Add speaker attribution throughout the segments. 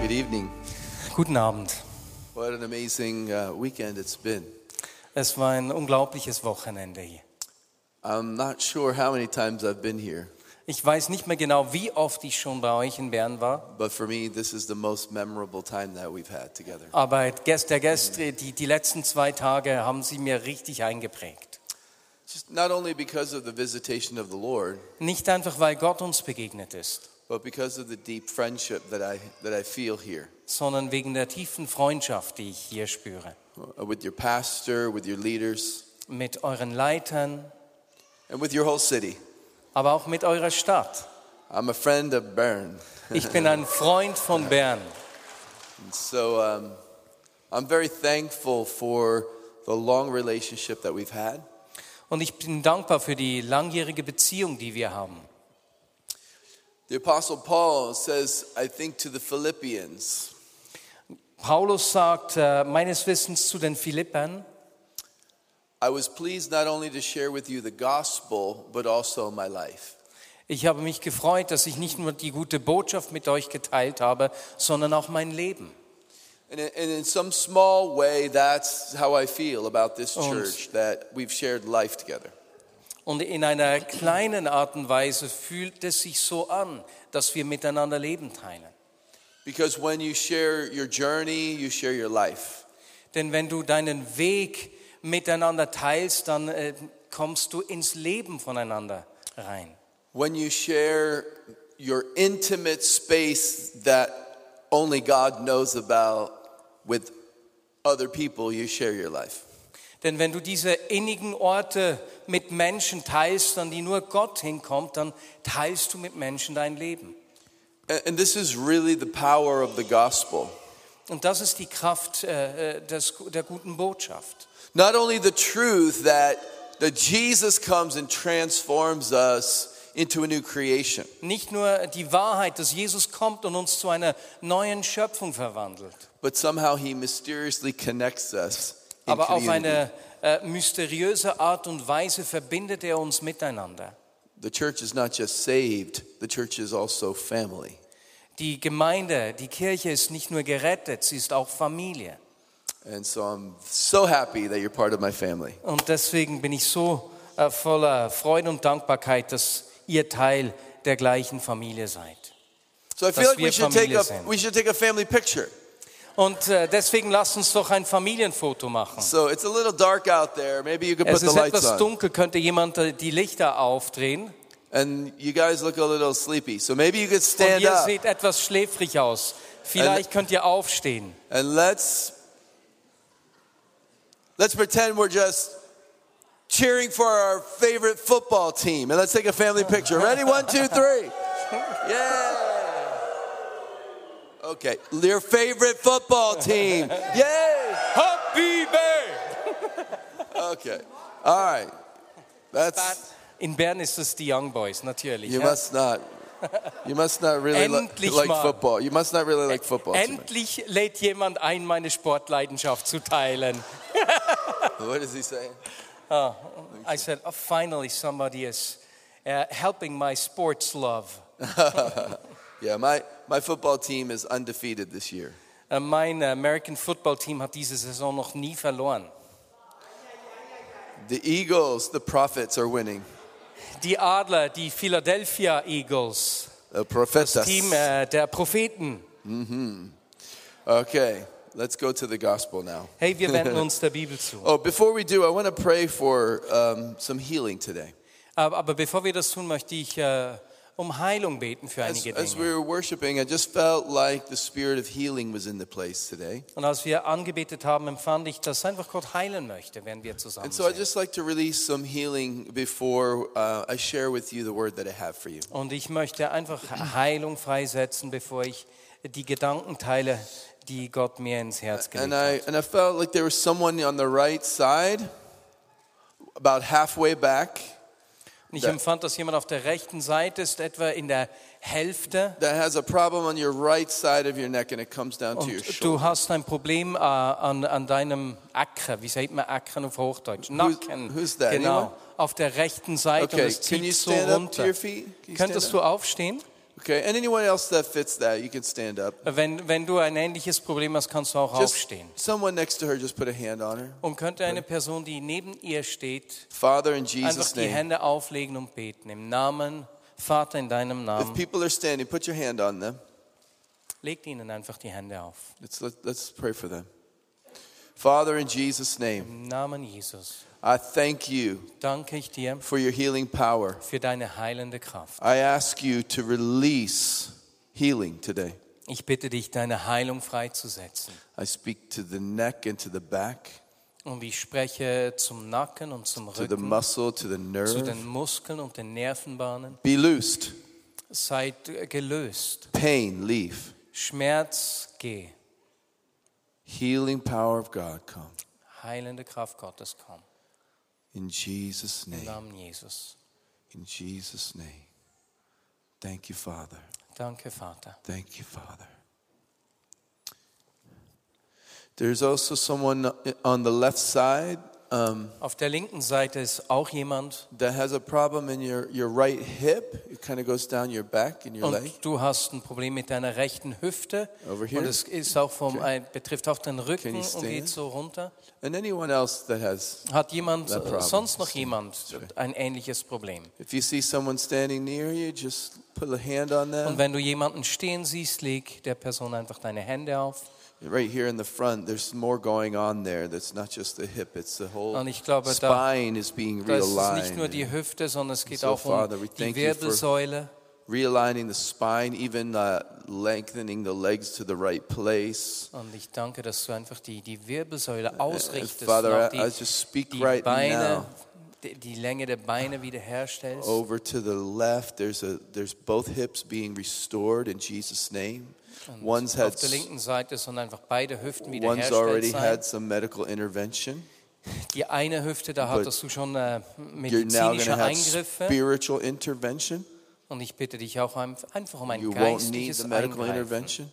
Speaker 1: Good evening.
Speaker 2: Guten Abend.
Speaker 1: What an amazing uh, weekend it's been.
Speaker 2: Es war ein unglaubliches Wochenende hier.
Speaker 1: I'm not sure how many times I've been here,
Speaker 2: Ich weiß nicht mehr genau, wie oft ich schon bei euch in Bern war,
Speaker 1: but for me, this is the most memorable time that we've had together.
Speaker 2: aber gest, der Gest, die, die letzten zwei Tage haben sie mir richtig eingeprägt.
Speaker 1: Just not only because of the visitation of the Lord,
Speaker 2: Nicht einfach, weil Gott uns begegnet ist,
Speaker 1: but because of the deep friendship that I, that I feel here
Speaker 2: sondern wegen der tiefen Freundschaft, die ich hier spüre.
Speaker 1: uh, with your pastor, with your leaders,
Speaker 2: Mit euren Leitern,
Speaker 1: and with your whole city.
Speaker 2: aber auch mit eurer Stadt.
Speaker 1: I'm a friend of Bern.
Speaker 2: Ich bin ein Freund von Bern.
Speaker 1: And so um, I'm very thankful for the long relationship that we've had.
Speaker 2: Und ich bin dankbar für die langjährige Beziehung, die wir haben.
Speaker 1: The Apostle Paul says, I think, to the Philippians,
Speaker 2: Paulus sagt äh, meines Wissens zu den Philippern,
Speaker 1: I was pleased not only to share with you the gospel, but also my life.
Speaker 2: Ich habe mich gefreut, dass ich nicht nur die gute Botschaft mit euch geteilt habe, sondern auch mein Leben.
Speaker 1: And in, and in some small way, that's how I feel about this
Speaker 2: Und-
Speaker 1: church that we've shared life together.
Speaker 2: Und in einer kleinen Art und Weise fühlt es sich so an, dass wir miteinander Leben teilen.
Speaker 1: Because when you share your journey, you share your life.
Speaker 2: Denn wenn du deinen Weg miteinander teilst, dann äh, kommst du ins Leben voneinander rein.
Speaker 1: When you share your intimate space that only God knows about with other people, you share your life.
Speaker 2: Denn wenn du diese innigen Orte mit Menschen teilst, an die nur Gott hinkommt, dann teilst du mit Menschen dein Leben.
Speaker 1: And- and this is really the power of the gospel.
Speaker 2: Und das ist die Kraft äh, des, der guten Botschaft.
Speaker 1: Not only the truth that, that Jesus comes and transforms us into a new creation,
Speaker 2: Nicht nur die Wahrheit, dass Jesus kommt und uns zu einer neuen Schöpfung verwandelt,
Speaker 1: but somehow he mysteriously connects us. In
Speaker 2: aber auf
Speaker 1: community.
Speaker 2: eine äh, mysteriöse Art und Weise verbindet er uns miteinander.
Speaker 1: The church is not just saved, the church is also family.
Speaker 2: Die Gemeinde, die Kirche ist nicht nur gerettet, sie ist auch Familie.
Speaker 1: And so I'm so happy that you're part of my family.
Speaker 2: Und deswegen bin ich so äh, voller Freude und Dankbarkeit, dass ihr Teil der gleichen Familie seid.
Speaker 1: So I feel
Speaker 2: Dass
Speaker 1: like we
Speaker 2: wir
Speaker 1: should, take
Speaker 2: Familie
Speaker 1: a,
Speaker 2: sind.
Speaker 1: we should take a family picture.
Speaker 2: Und äh, deswegen lasst uns doch ein Familienfoto machen.
Speaker 1: So it's a little dark out there. Maybe you could put
Speaker 2: Es
Speaker 1: the
Speaker 2: ist
Speaker 1: lights
Speaker 2: etwas
Speaker 1: on.
Speaker 2: dunkel, könnte jemand äh, die Lichter aufdrehen?
Speaker 1: And you guys look a little sleepy. So maybe you could
Speaker 2: Und
Speaker 1: stand
Speaker 2: ihr
Speaker 1: up
Speaker 2: seht etwas schläfrig aus. Vielleicht könnt ihr aufstehen.
Speaker 1: And let's let's pretend we're just cheering for our favorite football team. And let's take a family picture. Ready? One, two, three. Yeah. Okay. Your favorite football team. Yay!
Speaker 2: Happy Birthday!
Speaker 1: Okay. All right. That's
Speaker 2: In Bern ist es die Young Boys, natürlich.
Speaker 1: you
Speaker 2: ja.
Speaker 1: must not you must not really li-
Speaker 2: Endlich
Speaker 1: like
Speaker 2: mal.
Speaker 1: football. You must not really like football. too much.
Speaker 2: Endlich lädt jemand ein, meine Sportleidenschaft zu teilen.
Speaker 1: What is he saying?
Speaker 2: Ah, I said, oh, finally somebody is uh, helping my sports love.
Speaker 1: Yeah, my, my football team is undefeated this year.
Speaker 2: Äh, Mein American Football Team hat diese Saison noch nie verloren.
Speaker 1: The Eagles, the prophets are winning.
Speaker 2: Die Adler, die Philadelphia Eagles,
Speaker 1: The prophetas.
Speaker 2: Team äh, der Propheten.
Speaker 1: Okay, let's go to the gospel now.
Speaker 2: Hey, wir wenden uns der Bibel zu.
Speaker 1: Oh, before we do, I want to pray for um, some healing today.
Speaker 2: Aber, aber bevor wir das tun, möchte ich äh, um Heilung beten für
Speaker 1: As,
Speaker 2: einige
Speaker 1: as we
Speaker 2: Dinge.
Speaker 1: were worshiping, I just felt like the spirit of healing was in the place today.
Speaker 2: Und als wir angebetet haben, empfand ich, dass einfach Gott heilen möchte, wenn wir zusammen
Speaker 1: And so I'd
Speaker 2: sind.
Speaker 1: just like to release some healing before uh, I share with you the word that I have for you.
Speaker 2: Und ich möchte einfach Heilung freisetzen, bevor ich die Gedanken teile, die Gott mir ins Herz gelegt
Speaker 1: And
Speaker 2: hat.
Speaker 1: I, and I felt like there was someone on the right side, about halfway back,
Speaker 2: Und ich
Speaker 1: Da-
Speaker 2: empfand, dass jemand auf der rechten Seite ist, etwa in der Hälfte.
Speaker 1: that has a problem on your right side of your neck and it comes down
Speaker 2: Oh,
Speaker 1: to your
Speaker 2: Und du
Speaker 1: shoulder.
Speaker 2: hast ein Problem äh, an, an deinem Acker. Wie sagt man Ackern auf Hochdeutsch? Nacken.
Speaker 1: who's that? Anyone?
Speaker 2: Genau. Auf der rechten Seite und
Speaker 1: Okay,
Speaker 2: es
Speaker 1: can you
Speaker 2: zieht so
Speaker 1: stand up to
Speaker 2: runter.
Speaker 1: your feet? Can you stand
Speaker 2: Könntest
Speaker 1: up?
Speaker 2: du aufstehen?
Speaker 1: Okay, and anyone else that fits that, you can stand up.
Speaker 2: Wenn, wenn du ein ähnliches Problem hast, kannst du auch
Speaker 1: Just
Speaker 2: aufstehen.
Speaker 1: someone next to her, just put a hand on her.
Speaker 2: Und könnte eine Person, die neben ihr steht,
Speaker 1: Father, in
Speaker 2: einfach
Speaker 1: Jesus'
Speaker 2: die
Speaker 1: name.
Speaker 2: Hände auflegen und beten. Im Namen, Vater, in deinem
Speaker 1: If
Speaker 2: Namen,
Speaker 1: people are standing, put your hand on them.
Speaker 2: legt ihnen einfach die Hände auf.
Speaker 1: Let's, let, let's pray for them. Father, in Jesus' name,
Speaker 2: Im Namen Jesus
Speaker 1: I thank you
Speaker 2: danke ich dir
Speaker 1: for your healing power.
Speaker 2: für deine heilende Kraft.
Speaker 1: I ask you to release healing today.
Speaker 2: Ich bitte dich, deine Heilung freizusetzen.
Speaker 1: I speak to the neck and to the back,
Speaker 2: Und ich spreche zum Nacken und zum
Speaker 1: to the
Speaker 2: Rücken,
Speaker 1: muscle, to the
Speaker 2: zu
Speaker 1: nerve.
Speaker 2: den Muskeln und den Nervenbahnen.
Speaker 1: Be loosed.
Speaker 2: Seid äh, gelöst.
Speaker 1: Pain, leave.
Speaker 2: Schmerz, geh.
Speaker 1: Healing power of God come.
Speaker 2: Heilende Kraft Gottes, komm.
Speaker 1: In Jesus'
Speaker 2: Im
Speaker 1: name.
Speaker 2: Namen Jesus.
Speaker 1: In Jesus' name. Thank you, Father.
Speaker 2: Danke, Vater.
Speaker 1: Thank you, Father. There's also someone on the left side um,
Speaker 2: Auf der linken Seite ist auch jemand
Speaker 1: that has a problem in your, your right hip. It kind of goes down your back and your leg.
Speaker 2: und du hast ein Problem mit deiner rechten Hüfte
Speaker 1: Over
Speaker 2: und
Speaker 1: here.
Speaker 2: es ist auch vom, äh, betrifft auch den
Speaker 1: Can
Speaker 2: Rücken
Speaker 1: you
Speaker 2: und
Speaker 1: stand?
Speaker 2: geht so runter.
Speaker 1: And anyone else that has,
Speaker 2: Hat jemand, äh,
Speaker 1: That problem.
Speaker 2: sonst noch
Speaker 1: Stand.
Speaker 2: jemand,
Speaker 1: That's right.
Speaker 2: ein ähnliches Problem?
Speaker 1: if you see someone standing near you, just put a hand on
Speaker 2: Und
Speaker 1: them.
Speaker 2: wenn du jemanden stehen siehst, leg der Person einfach deine Hände auf.
Speaker 1: Right here in the front, there's more going on there. That's not just the hip, it's the whole
Speaker 2: Und ich glaube, da-
Speaker 1: spine is being
Speaker 2: Da ist es nicht nur
Speaker 1: realigned.
Speaker 2: die Hüfte, sondern es geht
Speaker 1: So,
Speaker 2: auch um
Speaker 1: Father, we
Speaker 2: die
Speaker 1: thank you for-
Speaker 2: Wirbelsäule.
Speaker 1: realigning the spine, even uh, lengthening the legs to the right place.
Speaker 2: Und ich danke, dass du einfach die, die Wirbelsäule
Speaker 1: And
Speaker 2: ausrichtest,
Speaker 1: Äh, Father,
Speaker 2: und
Speaker 1: I, I
Speaker 2: auch die,
Speaker 1: just speak
Speaker 2: die
Speaker 1: right
Speaker 2: Beine,
Speaker 1: now Oh,
Speaker 2: die, die Länge der Beine wiederherstellst.
Speaker 1: over to the left. There's a there's both hips being restored in Jesus' name.
Speaker 2: Und
Speaker 1: One's had
Speaker 2: auf der linken Seite, sondern einfach beide Hüften
Speaker 1: one's
Speaker 2: wiederhergestellt
Speaker 1: already
Speaker 2: sein.
Speaker 1: had some medical intervention.
Speaker 2: Die eine Hüfte, da
Speaker 1: but
Speaker 2: hattest du schon äh,
Speaker 1: You're now going to
Speaker 2: medizinische
Speaker 1: have
Speaker 2: Eingriffe.
Speaker 1: spiritual intervention.
Speaker 2: Und ich bitte dich auch ein- einfach um ein
Speaker 1: You won't need
Speaker 2: geistliches
Speaker 1: the medical
Speaker 2: Eingreifen.
Speaker 1: intervention.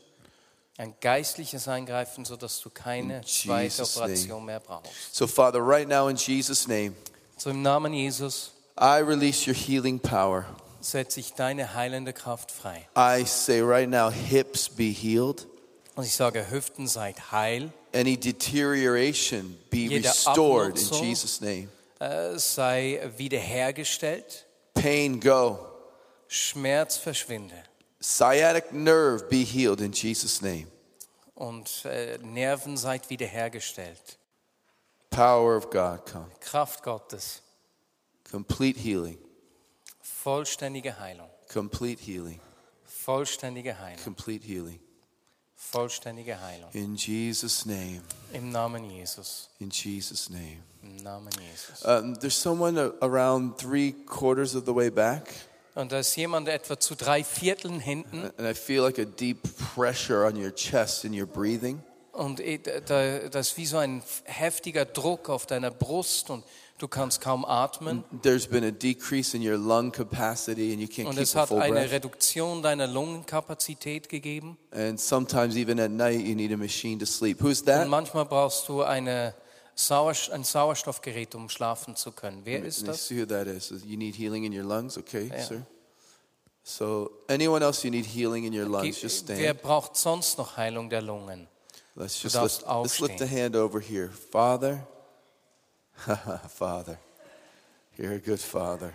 Speaker 2: Ein geistliches Eingreifen, sodass du keine
Speaker 1: In
Speaker 2: zweite
Speaker 1: Jesus'
Speaker 2: Operation mehr brauchst.
Speaker 1: So, Father, right now in Jesus' name,
Speaker 2: So im Namen Jesus
Speaker 1: I release your healing power.
Speaker 2: setze ich deine heilende Kraft frei.
Speaker 1: I say right now, hips be healed.
Speaker 2: Und ich sage, Hüften seid heil,
Speaker 1: any deterioration be
Speaker 2: Jede
Speaker 1: restored in
Speaker 2: Abnutzung.
Speaker 1: Jesus' name.
Speaker 2: äh, sei wiederhergestellt,
Speaker 1: Pain go.
Speaker 2: Schmerz verschwinde
Speaker 1: Sciatic nerve be healed in Jesus' name.
Speaker 2: und äh, Nerven seid wiederhergestellt.
Speaker 1: Power of God come.
Speaker 2: Kraft Gottes,
Speaker 1: Complete healing.
Speaker 2: vollständige Heilung,
Speaker 1: Complete healing.
Speaker 2: vollständige Heilung,
Speaker 1: Complete healing.
Speaker 2: vollständige Heilung.
Speaker 1: In Jesus' name.
Speaker 2: Im Namen Jesus,
Speaker 1: In Jesus' name.
Speaker 2: im Namen Jesus.
Speaker 1: Um, there's someone a- around three quarters of the way back,
Speaker 2: Und da ist jemand etwa zu drei Vierteln hinten.
Speaker 1: and I feel like a deep pressure on your chest and your breathing.
Speaker 2: Und eh, da- da- das ist wie so ein heftiger Druck auf deiner Brust und du kannst kaum atmen.
Speaker 1: There's been a decrease in your lung capacity, and you can't
Speaker 2: Und
Speaker 1: keep
Speaker 2: es
Speaker 1: a
Speaker 2: hat
Speaker 1: full breath.
Speaker 2: eine Reduktion deiner Lungenkapazität gegeben.
Speaker 1: And sometimes even at night you need a machine to sleep. Who's
Speaker 2: Und
Speaker 1: that?
Speaker 2: manchmal brauchst du eine Sauerst ein Sauerstoffgerät, um schlafen zu können. Wer ist
Speaker 1: Let me
Speaker 2: das?
Speaker 1: see who that is. You need healing in your lungs, okay,
Speaker 2: Yeah.
Speaker 1: sir? So anyone else you need healing in your lungs, just
Speaker 2: Ge- Wer
Speaker 1: stand.
Speaker 2: braucht sonst noch Heilung der Lungen?
Speaker 1: Let's just
Speaker 2: darfst
Speaker 1: lift, let's lift the
Speaker 2: aufstehen.
Speaker 1: hand over here. Father. father. You're a good father.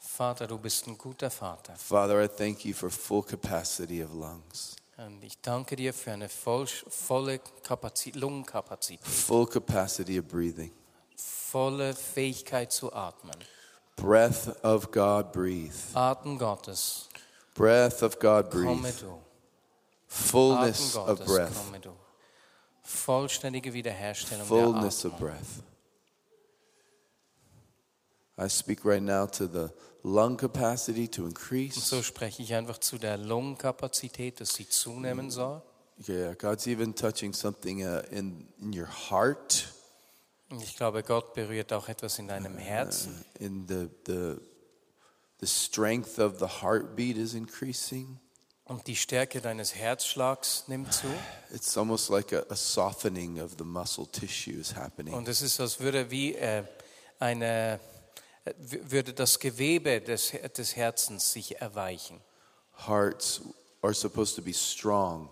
Speaker 2: Vater, du bist ein guter Vater.
Speaker 1: Father, I thank you for full capacity of lungs.
Speaker 2: Und ich danke dir für eine voll, volle Kapazität, Lungenkapazität,
Speaker 1: Full capacity of breathing.
Speaker 2: volle Fähigkeit zu atmen.
Speaker 1: Breath of God, breathe.
Speaker 2: Atem Gottes,
Speaker 1: Breath of God,
Speaker 2: komme
Speaker 1: breathe.
Speaker 2: du. Atem
Speaker 1: Fullness of
Speaker 2: Gottes,
Speaker 1: breath.
Speaker 2: komme du. Vollständige Wiederherstellung
Speaker 1: Fullness
Speaker 2: der
Speaker 1: of
Speaker 2: Atmung.
Speaker 1: breath. I speak right now to the lung capacity to
Speaker 2: Und
Speaker 1: increase.
Speaker 2: so spreche ich einfach zu der Lungenkapazität, dass sie zunehmen soll.
Speaker 1: Yeah, God's even touching something uh, in, in your heart,
Speaker 2: Und ich glaube, Gott berührt auch etwas in deinem Herzen.
Speaker 1: in the, the, the strength of the heartbeat is increasing.
Speaker 2: Und die Stärke deines Herzschlags nimmt zu.
Speaker 1: It's almost like a, a softening of the muscle tissue is happening.
Speaker 2: Und es ist, als würde wie äh, eine, äh, w- würde das Gewebe des, des Herzens sich erweichen.
Speaker 1: Hearts are supposed to be strong,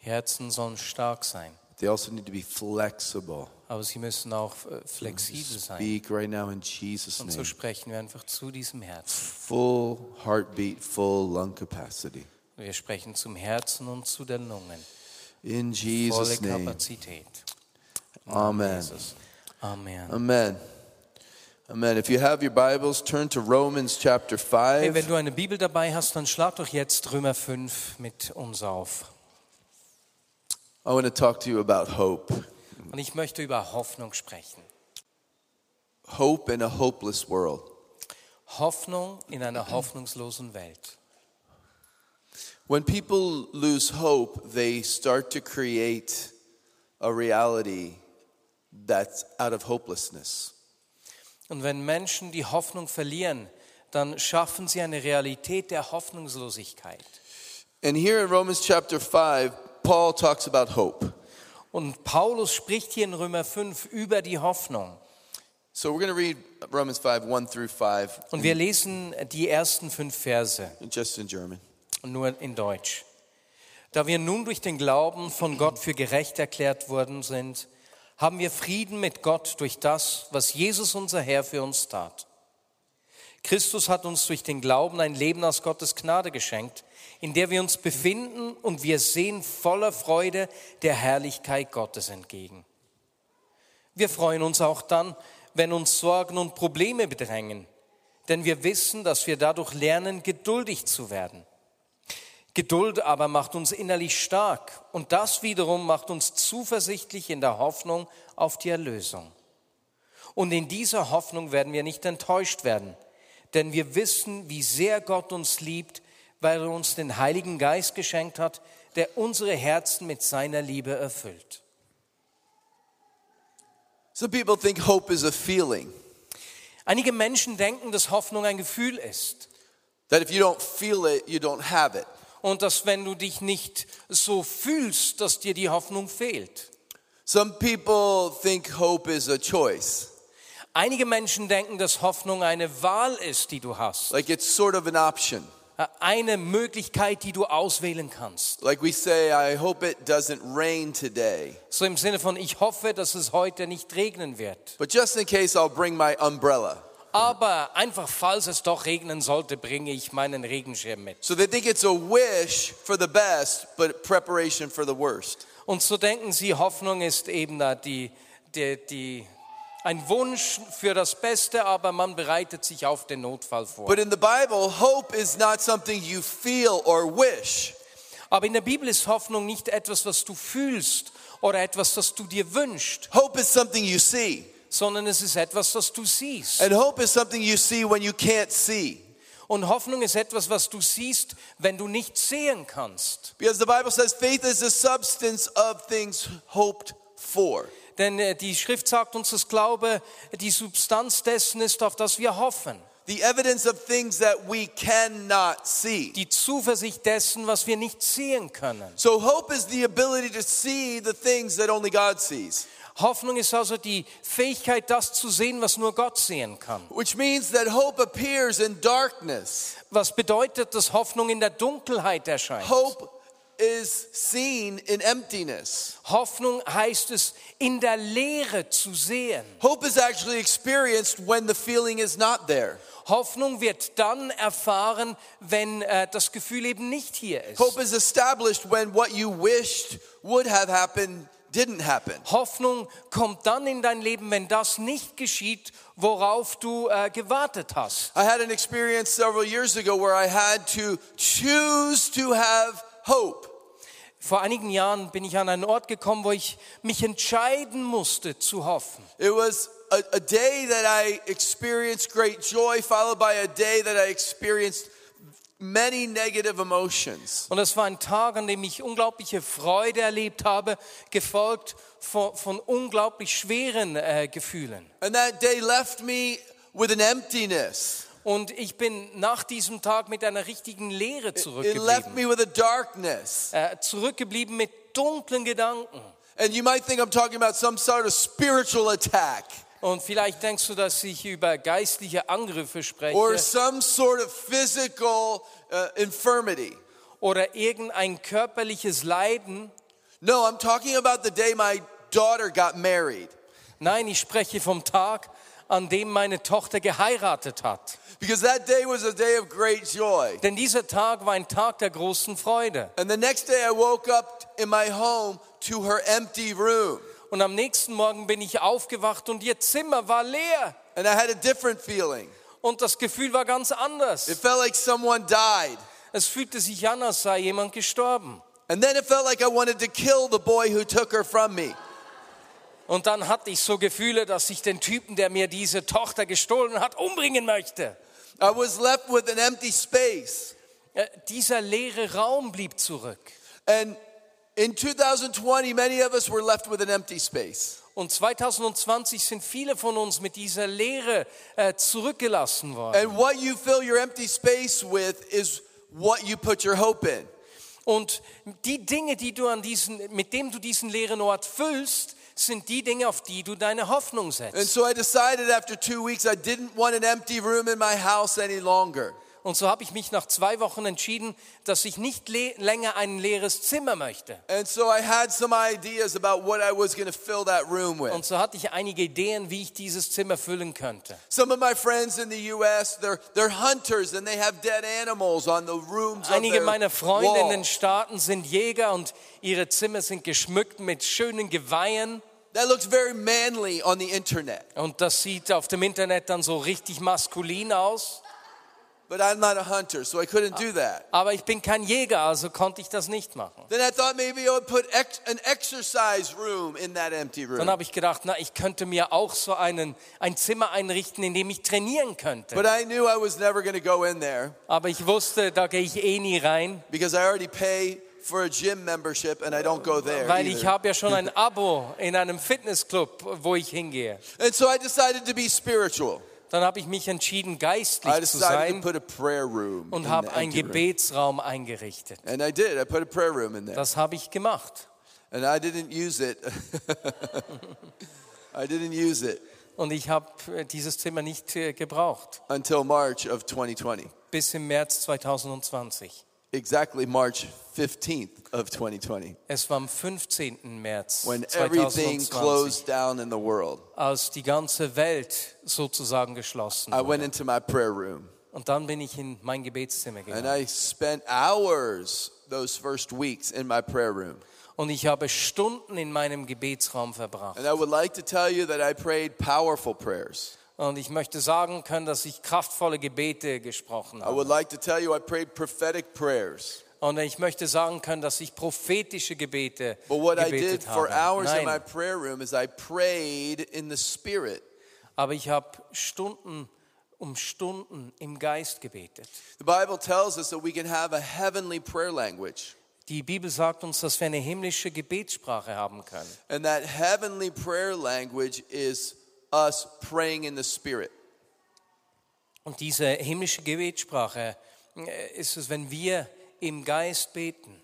Speaker 2: Herzen sollen stark sein,
Speaker 1: they also need to be flexible.
Speaker 2: aber sie müssen auch äh, flexibel sein.
Speaker 1: Speak right now in Jesus'
Speaker 2: Und so
Speaker 1: name.
Speaker 2: sprechen wir einfach zu diesem Herzen.
Speaker 1: Full heartbeat, full lung capacity.
Speaker 2: Wir sprechen zum Herzen und zu den Lungen.
Speaker 1: In
Speaker 2: Volle
Speaker 1: Jesus' name.
Speaker 2: Kapazität.
Speaker 1: Amen.
Speaker 2: Jesus. Amen.
Speaker 1: Amen. Amen. If you have your Bibles, turn to Romans chapter
Speaker 2: Hey, wenn
Speaker 1: 5.
Speaker 2: du eine Bibel dabei hast, dann schlag doch jetzt Römer 5 mit uns auf.
Speaker 1: I want to talk to you about hope.
Speaker 2: Und ich möchte über Hoffnung sprechen.
Speaker 1: Hope in a hopeless world.
Speaker 2: Hoffnung in einer hoffnungslosen Welt.
Speaker 1: When people lose hope, they start to create a reality that's out of hopelessness.
Speaker 2: Und wenn Menschen die Hoffnung verlieren, dann schaffen sie eine Realität der Hoffnungslosigkeit.
Speaker 1: And here in Romans chapter 5, Paul talks about hope.
Speaker 2: Und Paulus spricht hier in Römer 5 über die Hoffnung.
Speaker 1: So we're going to read Romans 5, 1 through 5,
Speaker 2: Und wir lesen die ersten fünf Verse.
Speaker 1: just in German.
Speaker 2: und nur in Deutsch. Da wir nun durch den Glauben von Gott für gerecht erklärt worden sind, haben wir Frieden mit Gott durch das, was Jesus unser Herr für uns tat. Christus hat uns durch den Glauben ein Leben aus Gottes Gnade geschenkt, in der wir uns befinden und wir sehen voller Freude der Herrlichkeit Gottes entgegen. Wir freuen uns auch dann, wenn uns Sorgen und Probleme bedrängen, denn wir wissen, dass wir dadurch lernen, geduldig zu werden. Geduld aber macht uns innerlich stark und das wiederum macht uns zuversichtlich in der Hoffnung auf die Erlösung. Und in dieser Hoffnung werden wir nicht enttäuscht werden, denn wir wissen, wie sehr Gott uns liebt, weil er uns den Heiligen Geist geschenkt hat, der unsere Herzen mit seiner Liebe erfüllt.
Speaker 1: Some people think hope is a feeling,
Speaker 2: Einige Menschen denken, dass Hoffnung ein Gefühl ist
Speaker 1: that if you don't feel it, you don't have it.
Speaker 2: und dass wenn du dich nicht so fühlst, dass dir die Hoffnung fehlt.
Speaker 1: Some people think hope is a choice,
Speaker 2: Einige Menschen denken, dass Hoffnung eine Wahl ist, die du hast.
Speaker 1: like it's sort of an option.
Speaker 2: Eine Möglichkeit, die du auswählen kannst.
Speaker 1: Like we say, I hope it doesn't rain today,
Speaker 2: So im Sinne von, ich hoffe, dass es heute nicht regnen wird.
Speaker 1: but just in case, I'll bring my umbrella.
Speaker 2: Aber einfach, falls es doch regnen sollte, bringe ich meinen Regenschirm mit.
Speaker 1: So they think it's a wish for the best, but preparation for the worst.
Speaker 2: Und so denken sie, Hoffnung ist eben da die, die, die, ein Wunsch für das Beste, aber man bereitet sich auf den Notfall vor.
Speaker 1: But in the Bible, hope is not something you feel or wish.
Speaker 2: Aber in der Bibel ist Hoffnung nicht etwas, was du fühlst oder etwas, das du dir wünschst,
Speaker 1: Hope is something you see.
Speaker 2: sondern es ist etwas, das du siehst.
Speaker 1: And hope is something you see when you can't see.
Speaker 2: Und Hoffnung ist etwas, was du siehst, wenn du nicht sehen kannst.
Speaker 1: Because the Bible says faith is the substance of things hoped for.
Speaker 2: Denn äh, die Schrift sagt uns, dass Glaube die Substanz dessen ist, auf das wir hoffen.
Speaker 1: The evidence of things that we cannot see.
Speaker 2: Die Zuversicht dessen, was wir nicht sehen können.
Speaker 1: So hope is the ability to see the things that only God sees,
Speaker 2: Hoffnung ist also die Fähigkeit, das zu sehen, was nur Gott sehen kann.
Speaker 1: which means that hope appears in darkness.
Speaker 2: Was bedeutet, dass Hoffnung in der Dunkelheit erscheint?
Speaker 1: Hope is seen in emptiness.
Speaker 2: Hoffnung heißt es, in der Leere zu sehen.
Speaker 1: Hope is actually experienced when the feeling is not there.
Speaker 2: Hoffnung wird dann erfahren, wenn äh, das Gefühl eben nicht hier ist.
Speaker 1: Hope is established when what you wished would have happened didn't happen.
Speaker 2: Hoffnung kommt dann in dein Leben, wenn das nicht geschieht, worauf du äh, gewartet hast.
Speaker 1: I had an experience several years ago where I had to choose to have hope.
Speaker 2: Vor einigen Jahren bin ich an einen Ort gekommen, wo ich mich entscheiden musste zu hoffen.
Speaker 1: It was a, a day that I experienced great joy, followed by a day that I experienced many negative emotions.
Speaker 2: Und es war ein Tag, an dem ich unglaubliche Freude erlebt habe, gefolgt von, von unglaublich schweren äh, Gefühlen.
Speaker 1: And that day left me with an emptiness.
Speaker 2: Und ich bin nach diesem Tag mit einer richtigen Leere
Speaker 1: It left
Speaker 2: zurückgeblieben.
Speaker 1: me with a darkness.
Speaker 2: Äh, zurückgeblieben mit dunklen Gedanken.
Speaker 1: And you might think I'm talking about some sort of spiritual attack
Speaker 2: Und vielleicht denkst du, dass ich über geistliche Angriffe spreche
Speaker 1: or some sort of physical uh, infirmity.
Speaker 2: oder irgendein körperliches Leiden.
Speaker 1: No, I'm talking about the day my daughter got married.
Speaker 2: Nein, ich spreche vom Tag, an dem meine Tochter geheiratet hat.
Speaker 1: Because that day was a day of great joy.
Speaker 2: Denn dieser Tag war ein Tag der großen Freude.
Speaker 1: And the next day I woke up in my home to her empty room.
Speaker 2: Und am nächsten Morgen bin ich aufgewacht und ihr Zimmer war leer.
Speaker 1: And I had a different feeling.
Speaker 2: Und das Gefühl war ganz
Speaker 1: It
Speaker 2: anders.
Speaker 1: felt like someone died.
Speaker 2: Es fühlte sich an, als sei jemand gestorben.
Speaker 1: And then it felt like I wanted to kill the boy who took her from me.
Speaker 2: Und dann hatte ich so Gefühle, dass ich den Typen, der mir diese Tochter gestohlen hat, umbringen möchte.
Speaker 1: I was left with an empty space.
Speaker 2: Äh, Dieser leere Raum blieb zurück.
Speaker 1: And in 2020, many of us were left with an empty space.
Speaker 2: Und 2020 sind viele von uns mit dieser Leere äh, zurückgelassen worden.
Speaker 1: And what you fill your empty space with is what you put your hope in.
Speaker 2: Und die Dinge, die du an diesen, mit dem du diesen leeren Ort füllst, sind die Dinge, auf die du deine Hoffnung
Speaker 1: And
Speaker 2: setzt.
Speaker 1: so I decided after two weeks I didn't want an empty room in my house any longer.
Speaker 2: Und so habe ich mich nach zwei Wochen entschieden, dass ich nicht le länger ein leeres Zimmer möchte.
Speaker 1: And so I had some ideas about what I was going to fill that room
Speaker 2: Und
Speaker 1: with.
Speaker 2: so hatte ich einige Ideen, wie ich dieses Zimmer füllen könnte.
Speaker 1: Some of my friends in the U.S. they're they're hunters and they have dead animals on the rooms of
Speaker 2: Einige
Speaker 1: their
Speaker 2: meiner Freunde in den
Speaker 1: wall.
Speaker 2: Staaten sind Jäger und ihre Zimmer sind geschmückt mit schönen Geweihen.
Speaker 1: That looks very manly on the internet,
Speaker 2: Und das sieht auf dem Internet dann so richtig maskulin aus.
Speaker 1: but I'm not a hunter, so I couldn't do that.
Speaker 2: Aber ich bin kein Jäger, also konnte ich das nicht machen.
Speaker 1: Then I thought maybe I would put ex- an exercise room in that empty
Speaker 2: Dann
Speaker 1: room.
Speaker 2: habe ich gedacht, na, ich könnte mir auch so einen, ein Zimmer einrichten, in dem ich trainieren könnte.
Speaker 1: But uh, I knew I was never going to go in there
Speaker 2: Aber ich wusste, da gehe ich eh nie rein,
Speaker 1: because I already pay for a gym membership and I don't go there.
Speaker 2: weil ich
Speaker 1: either.
Speaker 2: habe ja schon ein Abo in einem Fitnessclub, wo ich hingehe.
Speaker 1: And so I decided to be spiritual.
Speaker 2: Dann habe ich mich entschieden,
Speaker 1: I
Speaker 2: geistlich zu
Speaker 1: decided to
Speaker 2: sein
Speaker 1: put a prayer room in
Speaker 2: und
Speaker 1: the
Speaker 2: habe einen
Speaker 1: empty room.
Speaker 2: Gebetsraum eingerichtet.
Speaker 1: And I did. I put a prayer room in there.
Speaker 2: Das habe ich gemacht.
Speaker 1: And I didn't use it. I didn't use it
Speaker 2: Und ich habe äh, dieses Zimmer nicht äh, gebraucht.
Speaker 1: until March of 2020.
Speaker 2: Bis im März 2020.
Speaker 1: Exactly March 15th of 2020
Speaker 2: Es war am 15. März
Speaker 1: when everything
Speaker 2: 2020,
Speaker 1: closed down in the world.
Speaker 2: als die ganze Welt sozusagen geschlossen
Speaker 1: I went
Speaker 2: wurde.
Speaker 1: into my prayer room
Speaker 2: Und dann bin ich in mein Gebetszimmer
Speaker 1: and
Speaker 2: gegangen.
Speaker 1: I spent hours those first weeks in my prayer room.
Speaker 2: Und ich habe Stunden in meinem Gebetsraum verbracht.
Speaker 1: And I would like to tell you that I prayed powerful prayers.
Speaker 2: Und ich möchte sagen können, dass ich kraftvolle Gebete gesprochen
Speaker 1: I would
Speaker 2: habe.
Speaker 1: like to tell you I prayed prophetic prayers.
Speaker 2: Und ich möchte sagen können, dass ich prophetische Gebete
Speaker 1: But what I did
Speaker 2: gebetet
Speaker 1: for
Speaker 2: habe.
Speaker 1: hours in my
Speaker 2: Nein,
Speaker 1: prayer room is I prayed in the spirit.
Speaker 2: aber ich habe Stunden um Stunden im Geist gebetet.
Speaker 1: The Bible tells us that we can have a heavenly prayer language.
Speaker 2: Die Bibel sagt uns, dass wir eine himmlische Gebetssprache haben können.
Speaker 1: And that heavenly prayer language is us praying in the spirit.
Speaker 2: Und diese himmlische Gebetssprache äh, ist es, wenn wir im Geist beten.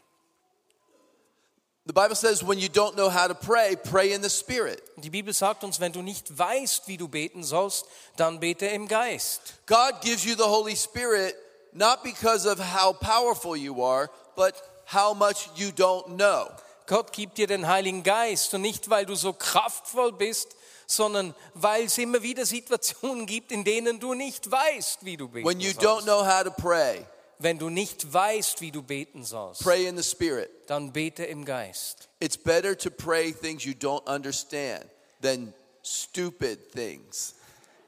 Speaker 1: The Bible says when you don't know how to pray, pray in the spirit.
Speaker 2: Und die Bibel sagt uns, wenn du nicht weißt, wie du beten sollst, dann bete im Geist.
Speaker 1: God gives you the Holy Spirit not because of how powerful you are, but how much you don't know.
Speaker 2: Gott gibt dir den Heiligen Geist und nicht, weil du so kraftvoll bist, sondern weil es immer wieder Situationen gibt, in denen du nicht weißt, wie du beten
Speaker 1: When you
Speaker 2: sollst.
Speaker 1: don't know how to pray,
Speaker 2: Wenn du nicht weißt, wie du beten sollst,
Speaker 1: Pray in the Spirit.
Speaker 2: dann bete im Geist.
Speaker 1: It's better to pray things you don't understand than stupid things.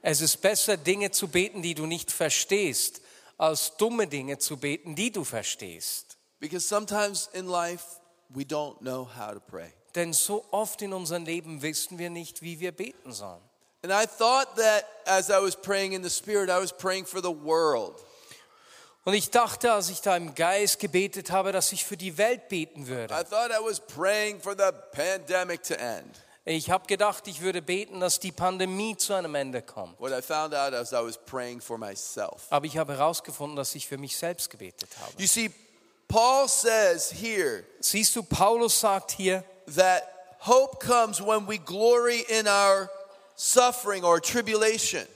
Speaker 2: Es ist besser, Dinge zu beten, die du nicht verstehst, als dumme Dinge zu beten, die du verstehst.
Speaker 1: Because sometimes in life, we don't know how to pray.
Speaker 2: Denn so oft in unserem Leben wissen wir nicht, wie wir beten sollen.
Speaker 1: And I thought that as I was praying in the Spirit, I was praying for the world.
Speaker 2: Und ich dachte, als ich da im Geist gebetet habe, dass ich für die Welt beten
Speaker 1: I
Speaker 2: würde.
Speaker 1: thought I was praying for the pandemic to end.
Speaker 2: Ich habe gedacht, ich würde beten, dass die Pandemie zu einem Ende kommt.
Speaker 1: What I found out is I was praying for myself.
Speaker 2: Aber ich habe herausgefunden, dass ich für mich selbst gebetet habe.
Speaker 1: You see, Paul says here
Speaker 2: Siehst du, Paulus sagt hier,
Speaker 1: that hope comes when we glory in our suffering or tribulation.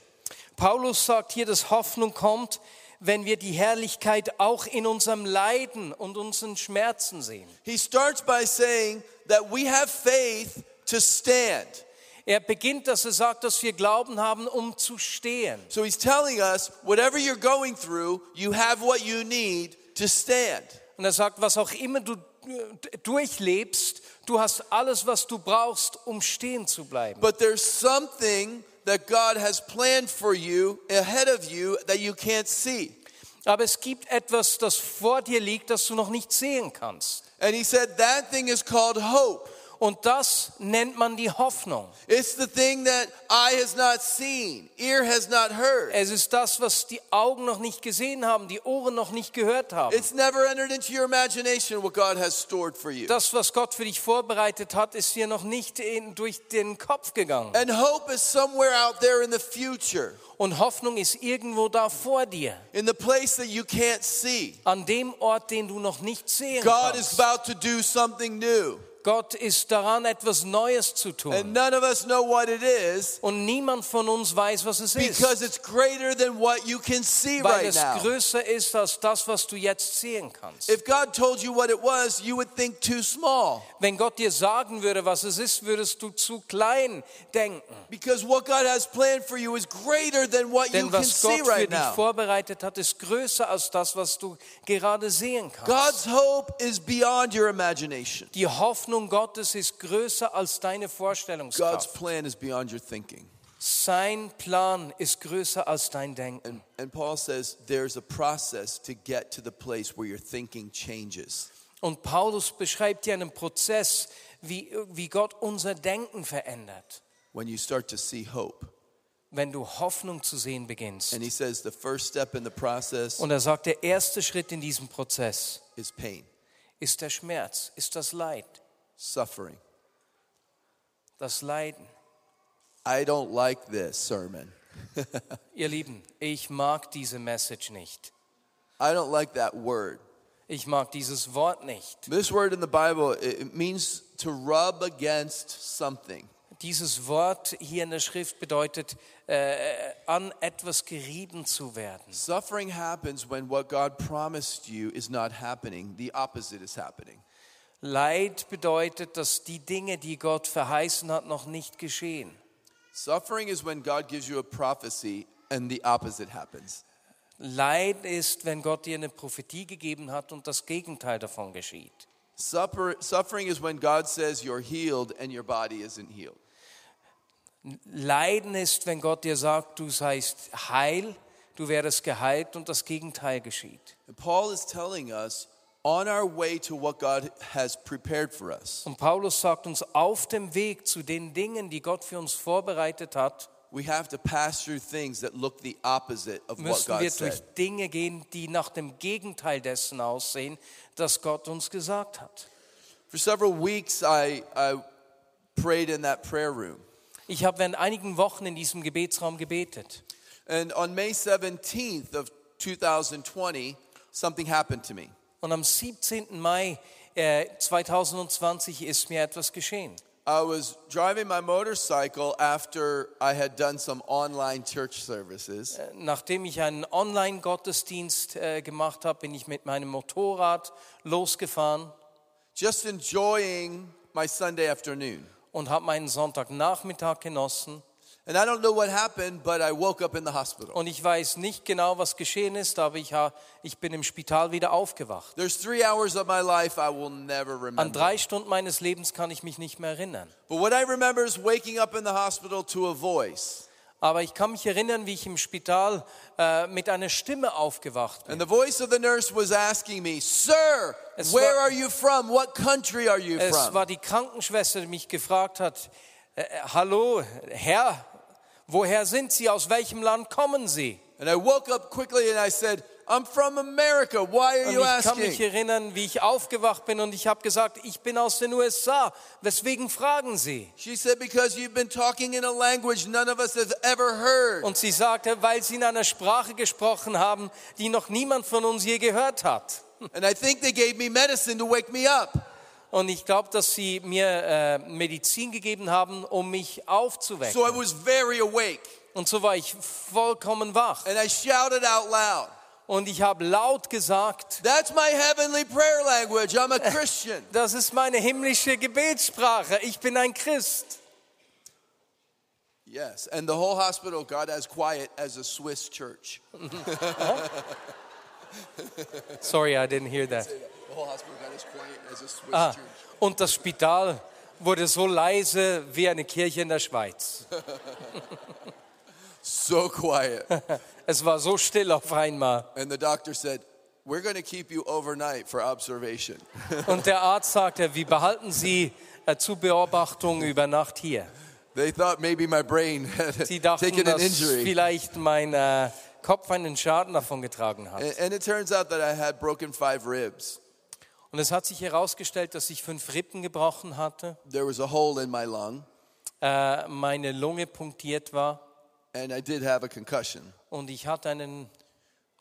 Speaker 2: Paulus sagt hier, dass Hoffnung kommt, wenn wir die Herrlichkeit auch in unserem Leiden und unseren Schmerzen sehen.
Speaker 1: He starts by saying that we have faith to stand.
Speaker 2: Er beginnt, dass er sagt, dass wir Glauben haben, um zu stehen.
Speaker 1: So he's telling us whatever you're going through, you have what you need to stand.
Speaker 2: Und er sagt, was auch immer du äh, durchlebst, du hast alles, was du brauchst, um stehen zu bleiben.
Speaker 1: But there's something that God has planned for you ahead of you that you can't see.
Speaker 2: Aber es gibt etwas, das vor dir liegt, das du noch nicht sehen kannst.
Speaker 1: And he said that thing is called hope.
Speaker 2: Und das nennt man die Hoffnung.
Speaker 1: It's the thing that eye has not seen, ear has not heard.
Speaker 2: Es ist das, was die Augen noch nicht gesehen haben, die Ohren noch nicht gehört haben.
Speaker 1: It's never entered into your imagination what God has stored for you.
Speaker 2: Das, was Gott für dich vorbereitet hat, ist dir noch nicht in, durch den Kopf gegangen.
Speaker 1: And hope is somewhere out there in the future,
Speaker 2: Und Hoffnung ist irgendwo da vor dir,
Speaker 1: in the place that you can't see.
Speaker 2: an dem Ort, den du noch nicht sehen
Speaker 1: God is
Speaker 2: kannst.
Speaker 1: about to do something new,
Speaker 2: Gott ist daran, etwas Neues zu
Speaker 1: and
Speaker 2: tun.
Speaker 1: none of us know what it is
Speaker 2: Und niemand von uns weiß, was es
Speaker 1: because
Speaker 2: ist,
Speaker 1: it's greater than what you can see
Speaker 2: weil
Speaker 1: right
Speaker 2: es
Speaker 1: now.
Speaker 2: größer ist als das, was du jetzt sehen kannst.
Speaker 1: If God told you what it was, you would think too small
Speaker 2: Wenn Gott dir sagen würde, was es ist, würdest du zu klein denken.
Speaker 1: because what God has planned for you is greater than what you
Speaker 2: Denn
Speaker 1: can
Speaker 2: was
Speaker 1: see
Speaker 2: Gott für
Speaker 1: right
Speaker 2: dich
Speaker 1: now.
Speaker 2: vorbereitet hat, ist größer als das, was du gerade sehen
Speaker 1: God's
Speaker 2: kannst.
Speaker 1: hope is beyond your imagination.
Speaker 2: Die Hoffnung Gottes ist größer als deine
Speaker 1: God's
Speaker 2: Vorstellungskraft.
Speaker 1: plan is beyond your thinking.
Speaker 2: Sein Plan ist größer als dein Denken.
Speaker 1: And, and Paul says there's a process to get to the place where your thinking changes.
Speaker 2: Und Paulus beschreibt hier einen Prozess, wie, wie Gott unser Denken verändert,
Speaker 1: When you start to see hope.
Speaker 2: wenn du Hoffnung zu sehen beginnst.
Speaker 1: And he says the first step in the process
Speaker 2: Und er sagt, der erste Schritt in diesem Prozess
Speaker 1: is pain,
Speaker 2: ist der Schmerz, ist das Leid,
Speaker 1: suffering.
Speaker 2: das Leiden.
Speaker 1: I don't like this sermon.
Speaker 2: Ihr Lieben, ich mag diese Message nicht.
Speaker 1: I don't like that word.
Speaker 2: Ich mag dieses Wort nicht.
Speaker 1: This word in the Bible it it means to rub against something.
Speaker 2: Dieses Wort hier in der Schrift bedeutet, äh, an etwas gerieben zu werden.
Speaker 1: Suffering happens when what God promised you is not happening. The opposite is happening.
Speaker 2: Leid bedeutet, dass die Dinge, die Gott verheißen hat, noch nicht geschehen.
Speaker 1: Suffering is when God gives you a prophecy and the opposite happens.
Speaker 2: Leid ist, wenn Gott dir eine Prophetie gegeben hat und das Gegenteil davon geschieht.
Speaker 1: Suffer, suffering is when God says you're healed and your body isn't healed.
Speaker 2: Leiden ist, wenn Gott dir sagt, du seist heil, du werdest geheilt und das Gegenteil geschieht.
Speaker 1: And Paul is telling us on our way to what God has prepared for us,
Speaker 2: Und Paulus sagt uns, auf dem Weg zu den Dingen, die Gott für uns vorbereitet hat,
Speaker 1: we have to pass through things that look the opposite of what
Speaker 2: müssen
Speaker 1: God
Speaker 2: wir
Speaker 1: said.
Speaker 2: durch Dinge gehen, die nach dem Gegenteil dessen aussehen, das Gott uns gesagt hat.
Speaker 1: For several weeks, I, I prayed in that prayer room.
Speaker 2: Ich habe während einigen Wochen in diesem Gebetsraum gebetet.
Speaker 1: And on May 17th of 2020, something happened to me.
Speaker 2: Und am 17. Mai äh, 2020 ist mir etwas geschehen.
Speaker 1: I was driving my motorcycle after I had done some online church services.
Speaker 2: Äh, Nachdem ich einen Online-Gottesdienst äh, gemacht habe, bin ich mit meinem Motorrad losgefahren
Speaker 1: just enjoying my Sunday afternoon.
Speaker 2: und habe meinen Sonntagnachmittag genossen.
Speaker 1: And I don't know what happened, but I woke up in the hospital.
Speaker 2: Und ich weiß nicht genau, was geschehen ist, aber ich, ha- ich bin im Spital wieder aufgewacht.
Speaker 1: There's three hours of my life I will never
Speaker 2: An
Speaker 1: remember.
Speaker 2: drei Stunden meines Lebens kann ich mich nicht mehr erinnern.
Speaker 1: But what I remember is waking up in the hospital to a voice.
Speaker 2: Aber ich kann mich erinnern, wie ich im Spital äh, mit einer Stimme aufgewacht bin.
Speaker 1: And the voice of the nurse was asking me, Sir,
Speaker 2: Es
Speaker 1: where
Speaker 2: war-
Speaker 1: are you from? What country are you
Speaker 2: Es war
Speaker 1: from?
Speaker 2: die Krankenschwester, die mich gefragt hat, äh, äh, hallo, Herr, woher sind Sie, aus welchem Land kommen Sie?
Speaker 1: And I woke up quickly and I said, I'm from America. Why are
Speaker 2: Und
Speaker 1: you
Speaker 2: ich kann mich
Speaker 1: asking?
Speaker 2: erinnern, wie ich aufgewacht bin und ich habe gesagt, ich bin aus den USA. Weswegen fragen Sie?
Speaker 1: She said, Because you've been talking in a language none of us has ever heard.
Speaker 2: Und sie sagte, weil Sie in einer Sprache gesprochen haben, die noch niemand von uns je gehört hat.
Speaker 1: And I think they gave me medicine to wake me up.
Speaker 2: Und ich glaube, dass sie mir äh, Medizin gegeben haben, um mich aufzuwecken.
Speaker 1: So I was very awake.
Speaker 2: und so war ich vollkommen wach.
Speaker 1: And I shouted out loud,
Speaker 2: Und ich habe laut gesagt,
Speaker 1: That's my heavenly prayer language. I'm a Christian.
Speaker 2: das ist meine himmlische Gebetssprache. Ich bin ein Christ.
Speaker 1: Yes. And the whole hospital got as quiet as a Swiss church.
Speaker 2: Sorry, I didn't hear that.
Speaker 1: The whole hospital got as quiet as a Swiss
Speaker 2: Ah,
Speaker 1: church.
Speaker 2: und das Spital wurde so leise wie eine Kirche in der Schweiz.
Speaker 1: So quiet.
Speaker 2: Es war so still auf einmal.
Speaker 1: And the doctor said, We're going to keep you overnight for observation.
Speaker 2: Und der Arzt sagte, wie behalten Sie äh, zu Beobachtung über Nacht hier?
Speaker 1: They thought maybe my brain had
Speaker 2: Sie dachten,
Speaker 1: taken an
Speaker 2: dass
Speaker 1: injury.
Speaker 2: vielleicht mein äh, Kopf einen Schaden davon getragen hat.
Speaker 1: And and it turns out that I had broken five ribs.
Speaker 2: Und es hat sich herausgestellt, dass ich fünf Rippen gebrochen hatte,
Speaker 1: There was a hole in my lung,
Speaker 2: äh, meine Lunge punktiert war
Speaker 1: and I did have a concussion.
Speaker 2: und ich hatte einen,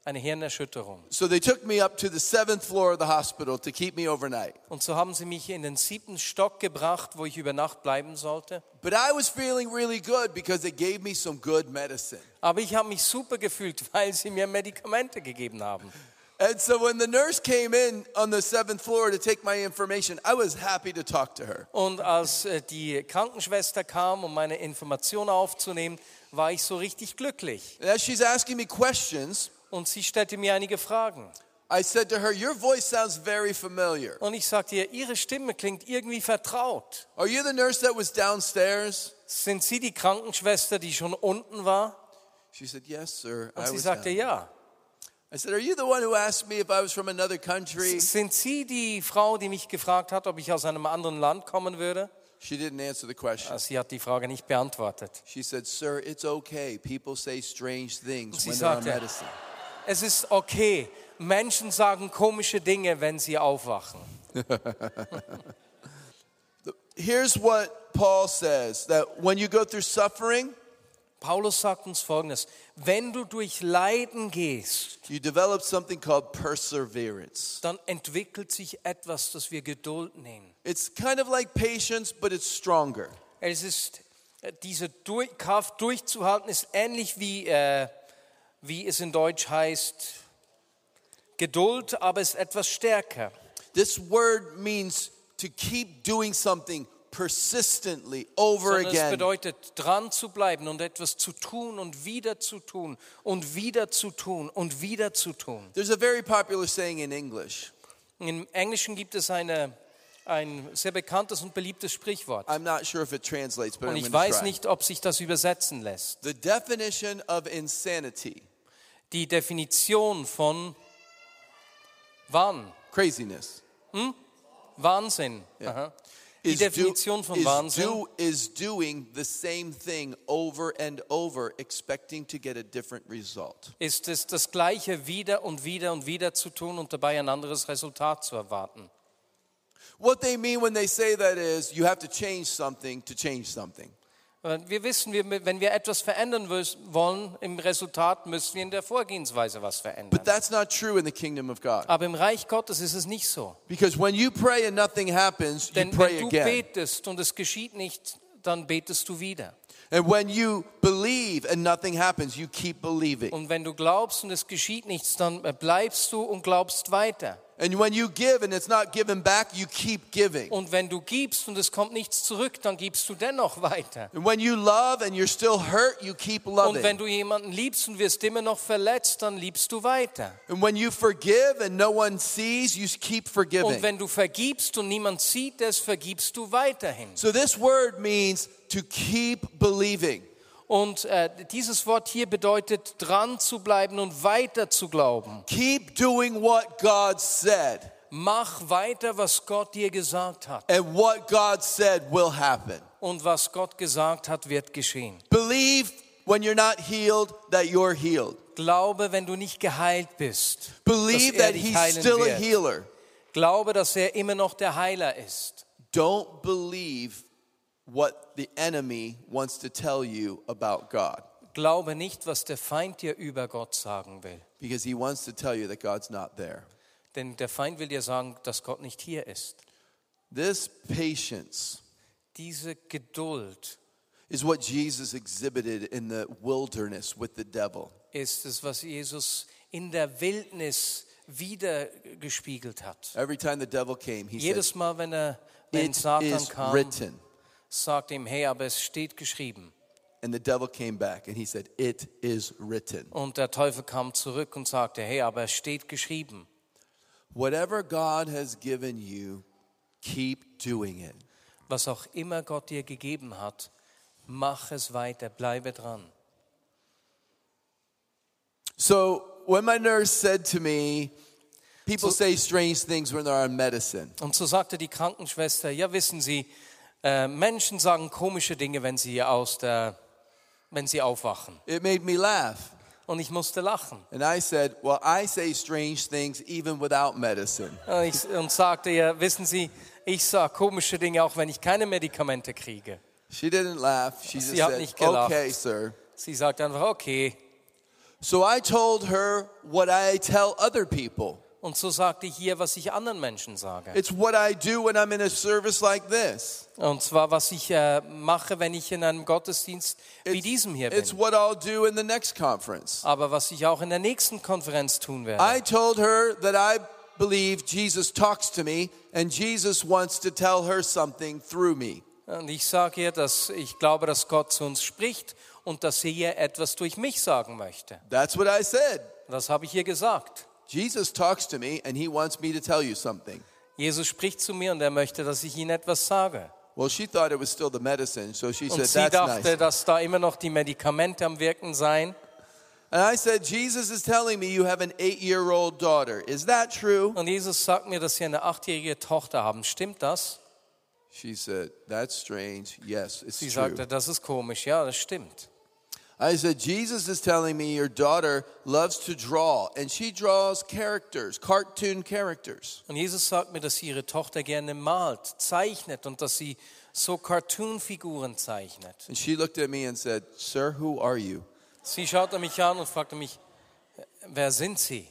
Speaker 2: eine Hirnerschütterung.
Speaker 1: So they took me up to the seventh floor of the hospital to keep me overnight.
Speaker 2: Und so haben sie mich in den siebten Stock gebracht, wo ich über Nacht bleiben sollte.
Speaker 1: But I was feeling really good because they gave me some good medicine.
Speaker 2: Aber ich habe mich super gefühlt, weil sie mir Medikamente gegeben haben.
Speaker 1: And so when the nurse came in on the seventh floor to take my information, I was happy to talk to her.
Speaker 2: Und als äh, die Krankenschwester kam, um meine Informationen aufzunehmen, war ich so richtig glücklich.
Speaker 1: And as she's asking me questions,
Speaker 2: Und sie stellte mir einige Fragen.
Speaker 1: I said to her, Your voice sounds very familiar.
Speaker 2: Und ich sagte ihr, Ihre Stimme klingt irgendwie vertraut.
Speaker 1: Are you the nurse that was downstairs?
Speaker 2: Sind Sie die Krankenschwester, die schon unten war?
Speaker 1: She said, Yes, sir.
Speaker 2: Und
Speaker 1: I,
Speaker 2: sie
Speaker 1: was
Speaker 2: sagte
Speaker 1: down."
Speaker 2: ja.
Speaker 1: I said, Are you the one who asked me if I was from another country?
Speaker 2: Sind Sie die Frau, die mich gefragt hat, ob ich aus einem anderen Land kommen würde? Ah,
Speaker 1: She didn't answer the question.
Speaker 2: Sie hat die Frage nicht beantwortet.
Speaker 1: She said, Sir, it's okay. People say strange things
Speaker 2: Sie
Speaker 1: when they're on
Speaker 2: sagte-
Speaker 1: medicine.
Speaker 2: Es ist okay. Menschen sagen komische Dinge, wenn sie aufwachen.
Speaker 1: Here's what Paul says that when you go through suffering,
Speaker 2: Paulus sagt uns Folgendes. Wenn du durch Leiden gehst,
Speaker 1: you develop something called perseverance.
Speaker 2: dann entwickelt sich etwas, das wir Geduld nennen.
Speaker 1: It's kind of like patience, but it's stronger.
Speaker 2: Es ist, äh, diese durch, Kraft durchzuhalten, ist ähnlich wie, äh, wie es in Deutsch heißt, Geduld, aber ist etwas stärker.
Speaker 1: This word means to keep doing something persistently over
Speaker 2: Sondern es
Speaker 1: again.
Speaker 2: bedeutet, dran zu bleiben und etwas zu tun und wieder zu tun und wieder zu tun und wieder zu tun.
Speaker 1: There's a very popular saying in English.
Speaker 2: Im Englischen gibt es eine, ein sehr bekanntes und beliebtes Sprichwort.
Speaker 1: I'm not sure if it translates, but
Speaker 2: Und
Speaker 1: I'm
Speaker 2: ich
Speaker 1: going to
Speaker 2: weiß
Speaker 1: try.
Speaker 2: nicht, ob sich das übersetzen lässt.
Speaker 1: The definition of insanity,
Speaker 2: Die Definition von Wahn,
Speaker 1: craziness,
Speaker 2: Wahnsinn. Aha. Die
Speaker 1: do-
Speaker 2: Definition von
Speaker 1: is,
Speaker 2: Wahnsinn
Speaker 1: do- is doing the same thing over and over, expecting to get a different result.
Speaker 2: ist es, das Gleiche wieder und wieder und wieder zu tun und dabei ein anderes Resultat zu erwarten.
Speaker 1: What they mean when they say that is you have to change something to change something.
Speaker 2: Äh, Wir wissen, wir- wenn wir etwas verändern wös- wollen, im Resultat müssen wir in der Vorgehensweise
Speaker 1: But
Speaker 2: was verändern.
Speaker 1: that's not true in the kingdom of God.
Speaker 2: Aber im Reich Gottes ist es nicht so.
Speaker 1: Because when you pray and nothing happens, you
Speaker 2: Denn
Speaker 1: pray
Speaker 2: wenn du
Speaker 1: again.
Speaker 2: betest und es geschieht nicht, dann betest du wieder.
Speaker 1: And when you believe and nothing happens,
Speaker 2: Um,
Speaker 1: you keep believing.
Speaker 2: Und wenn du glaubst und es geschieht nichts, dann bleibst du und glaubst weiter.
Speaker 1: And when you give and it's not given back, you keep giving.
Speaker 2: Und wenn du gibst und es kommt nichts zurück, dann gibst du dennoch weiter.
Speaker 1: And when you love and you're still hurt, you keep
Speaker 2: Und wenn
Speaker 1: loving.
Speaker 2: du jemanden liebst und wirst immer noch verletzt, dann liebst du weiter.
Speaker 1: And when you forgive and no one sees, you keep
Speaker 2: Und
Speaker 1: forgiving.
Speaker 2: wenn du vergibst und niemand sieht es, vergibst du weiterhin.
Speaker 1: So this word means to keep believing.
Speaker 2: Und äh, dieses Wort hier bedeutet, dran zu bleiben und weiter zu glauben.
Speaker 1: Keep doing what God said.
Speaker 2: Mach weiter, was Gott dir gesagt hat.
Speaker 1: And what God said will happen.
Speaker 2: Und was Gott gesagt hat, wird geschehen.
Speaker 1: Believe when you're not healed that you're healed.
Speaker 2: Glaube, wenn du nicht geheilt bist.
Speaker 1: Believe
Speaker 2: dass er
Speaker 1: that
Speaker 2: dich
Speaker 1: he's
Speaker 2: heilen
Speaker 1: still a
Speaker 2: wird.
Speaker 1: healer.
Speaker 2: Glaube, dass er immer noch der Heiler ist.
Speaker 1: Don't believe what the enemy wants to tell you about God
Speaker 2: Glaube nicht, was der Feind dir über Gott sagen will.
Speaker 1: because he wants to tell you that God's not there.
Speaker 2: Denn der Feind will dir sagen, dass Gott nicht hier ist.
Speaker 1: This patience
Speaker 2: Diese Geduld
Speaker 1: is what Jesus exhibited in the wilderness with the devil.
Speaker 2: ist es, was Jesus in der Wildnis wiedergespiegelt hat.
Speaker 1: Every time the devil came, he
Speaker 2: Jedes
Speaker 1: said,
Speaker 2: Mal, wenn, er, wenn
Speaker 1: It
Speaker 2: Satan
Speaker 1: is
Speaker 2: kam,
Speaker 1: written.
Speaker 2: sagt ihm, hey, aber es steht geschrieben.
Speaker 1: And the devil came back and he said, It is written.
Speaker 2: Und der Teufel kam zurück und sagte, hey, aber es steht geschrieben.
Speaker 1: Whatever God has given you, keep doing it.
Speaker 2: Was auch immer Gott dir gegeben hat, mach es weiter, bleibe dran.
Speaker 1: So when my nurse said to me, people say strange things when they're on medicine.
Speaker 2: Und so sagte die Krankenschwester, ja wissen Sie, äh, Menschen sagen komische Dinge, wenn sie aus der, wenn sie aufwachen.
Speaker 1: It made me laugh.
Speaker 2: Und ich musste lachen.
Speaker 1: And I said, Well, I say strange things even without medicine.
Speaker 2: Und, Äh, ich, und sagte ihr, wissen Sie, ich sage komische Dinge, auch wenn ich keine Medikamente kriege.
Speaker 1: She didn't laugh. She just
Speaker 2: Sie hat
Speaker 1: said,
Speaker 2: nicht gelacht.
Speaker 1: Okay, sir.
Speaker 2: Sie sagt einfach, okay.
Speaker 1: So I told her what I tell other people.
Speaker 2: Und so sagte ich ihr, was ich anderen Menschen sage.
Speaker 1: It's what I do when I'm in a service like this.
Speaker 2: Und zwar, was ich äh, mache, wenn ich in einem Gottesdienst wie diesem hier
Speaker 1: It's
Speaker 2: bin.
Speaker 1: what I'll do in the next conference.
Speaker 2: Aber was ich auch in der nächsten Konferenz tun werde.
Speaker 1: I told her that I believe Jesus talks to me and Jesus wants to tell her something through me.
Speaker 2: Und ich sage ihr, dass ich glaube, dass Gott zu uns spricht und dass er ihr etwas durch mich sagen möchte.
Speaker 1: That's what I said.
Speaker 2: Das habe ich ihr gesagt.
Speaker 1: Jesus talks to me and he wants me to tell you something.
Speaker 2: Jesus spricht zu mir und er möchte, dass ich ihnen etwas sage.
Speaker 1: Well, she thought it was still the medicine, so she
Speaker 2: Und sie
Speaker 1: said, That's
Speaker 2: dachte,
Speaker 1: nice.
Speaker 2: dass da immer noch die Medikamente am Wirken seien.
Speaker 1: And I said, Jesus is telling me you have an eight year old daughter. Is that true?
Speaker 2: Und Jesus sagt mir, dass sie eine achtjährige Tochter haben. Stimmt das?
Speaker 1: She said, That's strange. Yes, it's
Speaker 2: Sie
Speaker 1: true.
Speaker 2: sagte, das ist komisch. Ja, das stimmt.
Speaker 1: I said, Jesus is telling me your daughter loves to draw, and she draws characters, cartoon characters.
Speaker 2: Und Jesus sagt mir, dass sie ihre Tochter gerne malt, zeichnet und dass sie so Cartoon-Figuren zeichnet.
Speaker 1: And she looked at me and said, Sir, who are you?
Speaker 2: Sie schaute mich an und fragte mich, wer sind Sie?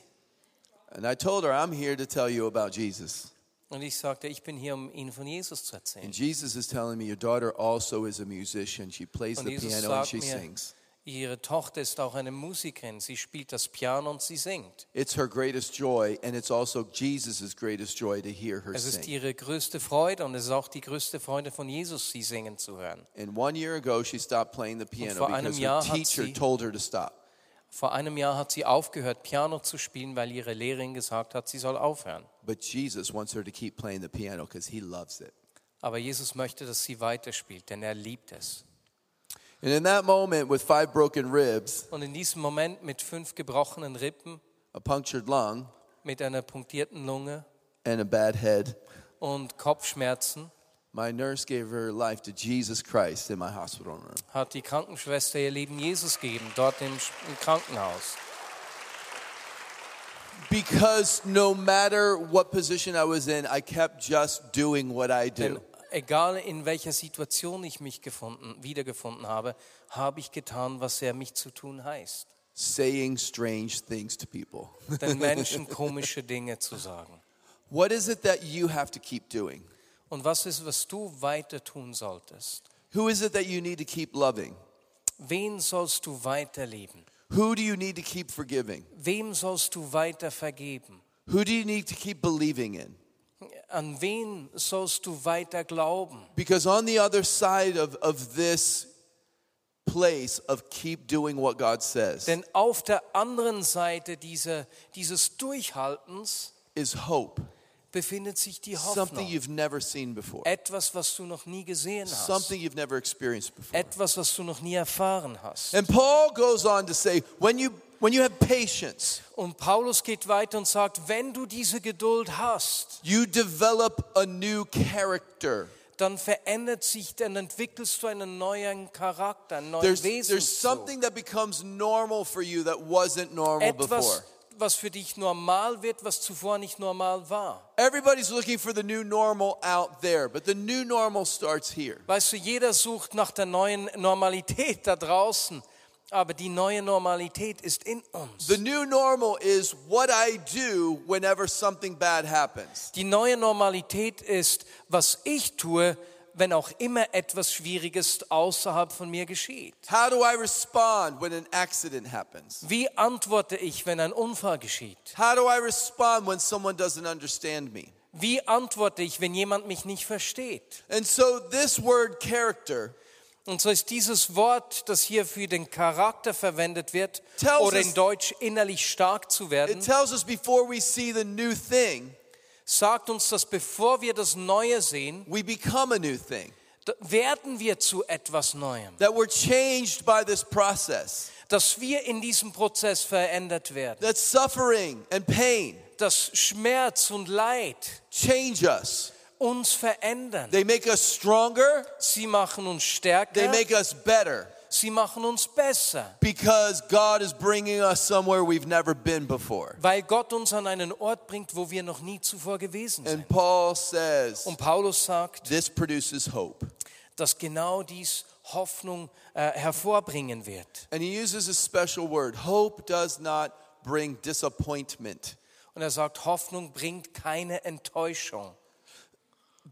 Speaker 1: And I told her, I'm here to tell you about Jesus.
Speaker 2: Und ich sagte, ich bin hier, um Ihnen von Jesus zu erzählen.
Speaker 1: And Jesus is telling me your daughter also is a musician. She plays
Speaker 2: Und
Speaker 1: the
Speaker 2: Jesus
Speaker 1: piano and
Speaker 2: sagt
Speaker 1: she
Speaker 2: mir,
Speaker 1: sings.
Speaker 2: Ihre Tochter ist auch eine Musikerin. Sie spielt das Piano und sie singt.
Speaker 1: It's her greatest joy, and it's also Jesus' greatest joy to hear her
Speaker 2: Es ist
Speaker 1: sing.
Speaker 2: ihre größte Freude und es ist auch die größte Freude von Jesus, sie singen zu hören.
Speaker 1: And one year ago, she stopped playing the
Speaker 2: vor
Speaker 1: piano
Speaker 2: einem
Speaker 1: because her
Speaker 2: Jahr hat
Speaker 1: teacher
Speaker 2: sie-
Speaker 1: told her to stop.
Speaker 2: Vor einem Jahr hat sie aufgehört, Piano zu spielen, weil ihre Lehrerin gesagt hat, sie soll aufhören.
Speaker 1: But Jesus wants her to keep playing the piano because he loves it.
Speaker 2: Aber Jesus möchte, dass sie weiterspielt, denn er liebt es.
Speaker 1: And in that moment, with five broken ribs,
Speaker 2: Und in diesem Moment mit fünf gebrochenen Rippen,
Speaker 1: a punctured lung,
Speaker 2: mit einer punktierten Lunge
Speaker 1: and a bad head,
Speaker 2: und Kopfschmerzen
Speaker 1: my nurse gave her life to Jesus Christ in my hospital room.
Speaker 2: hat die Krankenschwester ihr Leben Jesus gegeben, dort im Sch- im Krankenhaus.
Speaker 1: Because no matter what position I was in, I kept just doing what I do.
Speaker 2: Denn egal in welcher Situation ich mich gefunden, wiedergefunden habe, habe ich getan, was er mich zu tun heißt.
Speaker 1: saying strange things to people.
Speaker 2: Den Menschen komische Dinge zu sagen.
Speaker 1: What is it that you have to keep doing?
Speaker 2: Und was ist, was du weiter tun solltest?
Speaker 1: Who is it that you need to keep loving?
Speaker 2: Wen sollst du weiterleben?
Speaker 1: Who do you need to keep forgiving?
Speaker 2: Wem sollst du weiter vergeben?
Speaker 1: Who do you need to keep believing in?
Speaker 2: An wen sollst du weiter glauben?
Speaker 1: Because on the other side of, of this place of keep doing what God says
Speaker 2: Denn auf der anderen Seite dieser, dieses Durchhaltens
Speaker 1: is hope.
Speaker 2: befindet sich die
Speaker 1: Something
Speaker 2: Hoffnung.
Speaker 1: you've never seen before.
Speaker 2: Etwas, was du noch nie gesehen hast.
Speaker 1: Something you've never experienced before.
Speaker 2: Etwas, was du noch nie erfahren hast.
Speaker 1: And Paul goes on to say, when you when you have patience,
Speaker 2: Und Paulus geht weiter und sagt, wenn du diese Geduld hast,
Speaker 1: you develop a new character.
Speaker 2: dann verändert sich, dann entwickelst du einen neuen Charakter, einen neuen
Speaker 1: There's,
Speaker 2: Wesen.
Speaker 1: there's something that becomes normal for you that wasn't normal before.
Speaker 2: Etwas, was für dich normal wird, was zuvor nicht normal war.
Speaker 1: Everybody's looking for the new normal out there, but the new normal starts here.
Speaker 2: Weißt du, jeder sucht nach der neuen Normalität da draußen, aber die neue Normalität ist in uns.
Speaker 1: The new normal is what I do whenever something bad happens.
Speaker 2: Die neue Normalität ist, was ich tue, wenn auch immer etwas Schwieriges außerhalb von mir geschieht.
Speaker 1: How do I respond when an accident happens?
Speaker 2: Wie antworte ich, wenn ein Unfall geschieht?
Speaker 1: How do I respond when someone doesn't understand me?
Speaker 2: Wie antworte ich, wenn jemand mich nicht versteht?
Speaker 1: And so, this word character
Speaker 2: Und so ist dieses Wort, das hier für den Charakter verwendet wird,
Speaker 1: Tells
Speaker 2: oder
Speaker 1: us-
Speaker 2: in Deutsch innerlich stark zu
Speaker 1: It
Speaker 2: werden,
Speaker 1: tells us before we see the new thing,
Speaker 2: sagt uns, dass bevor wir das Neue sehen,
Speaker 1: we become a new thing.
Speaker 2: da- werden wir zu etwas Neuem,
Speaker 1: That we're changed by this process.
Speaker 2: dass wir in diesem Prozess verändert werden,
Speaker 1: That suffering and pain
Speaker 2: dass Schmerz und Leid
Speaker 1: change us.
Speaker 2: uns verändern.
Speaker 1: They make us stronger,
Speaker 2: Sie machen uns
Speaker 1: they
Speaker 2: stärker,
Speaker 1: make us better
Speaker 2: sie machen uns besser,
Speaker 1: because God is bringing us somewhere we've never been before.
Speaker 2: weil Gott uns an einen Ort bringt, wo wir noch nie zuvor gewesen sind.
Speaker 1: And Paul says,
Speaker 2: Und Paulus sagt,
Speaker 1: this produces hope.
Speaker 2: dass genau dies Hoffnung äh, hervorbringen wird.
Speaker 1: And he uses a special word hope does not bring disappointment.
Speaker 2: Und er sagt, Hoffnung bringt keine Enttäuschung.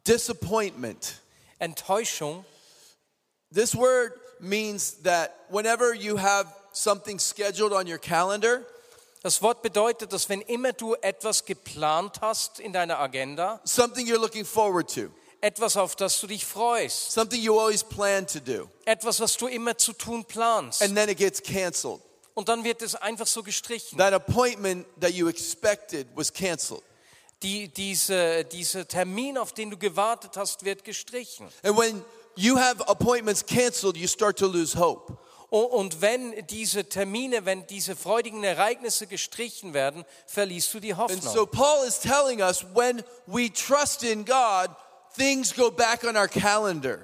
Speaker 1: Disappointment.
Speaker 2: Enttäuschung,
Speaker 1: This word means that whenever you have something scheduled on your calendar,
Speaker 2: das Wort bedeutet, dass wenn immer du etwas geplant hast in deiner Agenda,
Speaker 1: something you're looking forward to,
Speaker 2: etwas, auf das du dich freust,
Speaker 1: something you always plan to do,
Speaker 2: etwas, was du immer zu tun planst,
Speaker 1: and then it gets canceled.
Speaker 2: und dann wird es einfach so gestrichen.
Speaker 1: That appointment that you expected was canceled.
Speaker 2: Die, diese, dieser Termin, auf den du gewartet hast, wird gestrichen.
Speaker 1: And when you have appointments canceled, you start to lose hope.
Speaker 2: O- Und wenn diese Termine, wenn diese freudigen Ereignisse gestrichen werden, verlierst du die
Speaker 1: And
Speaker 2: Hoffnung.
Speaker 1: so Paul is telling us when we trust in God, things go back on our calendar.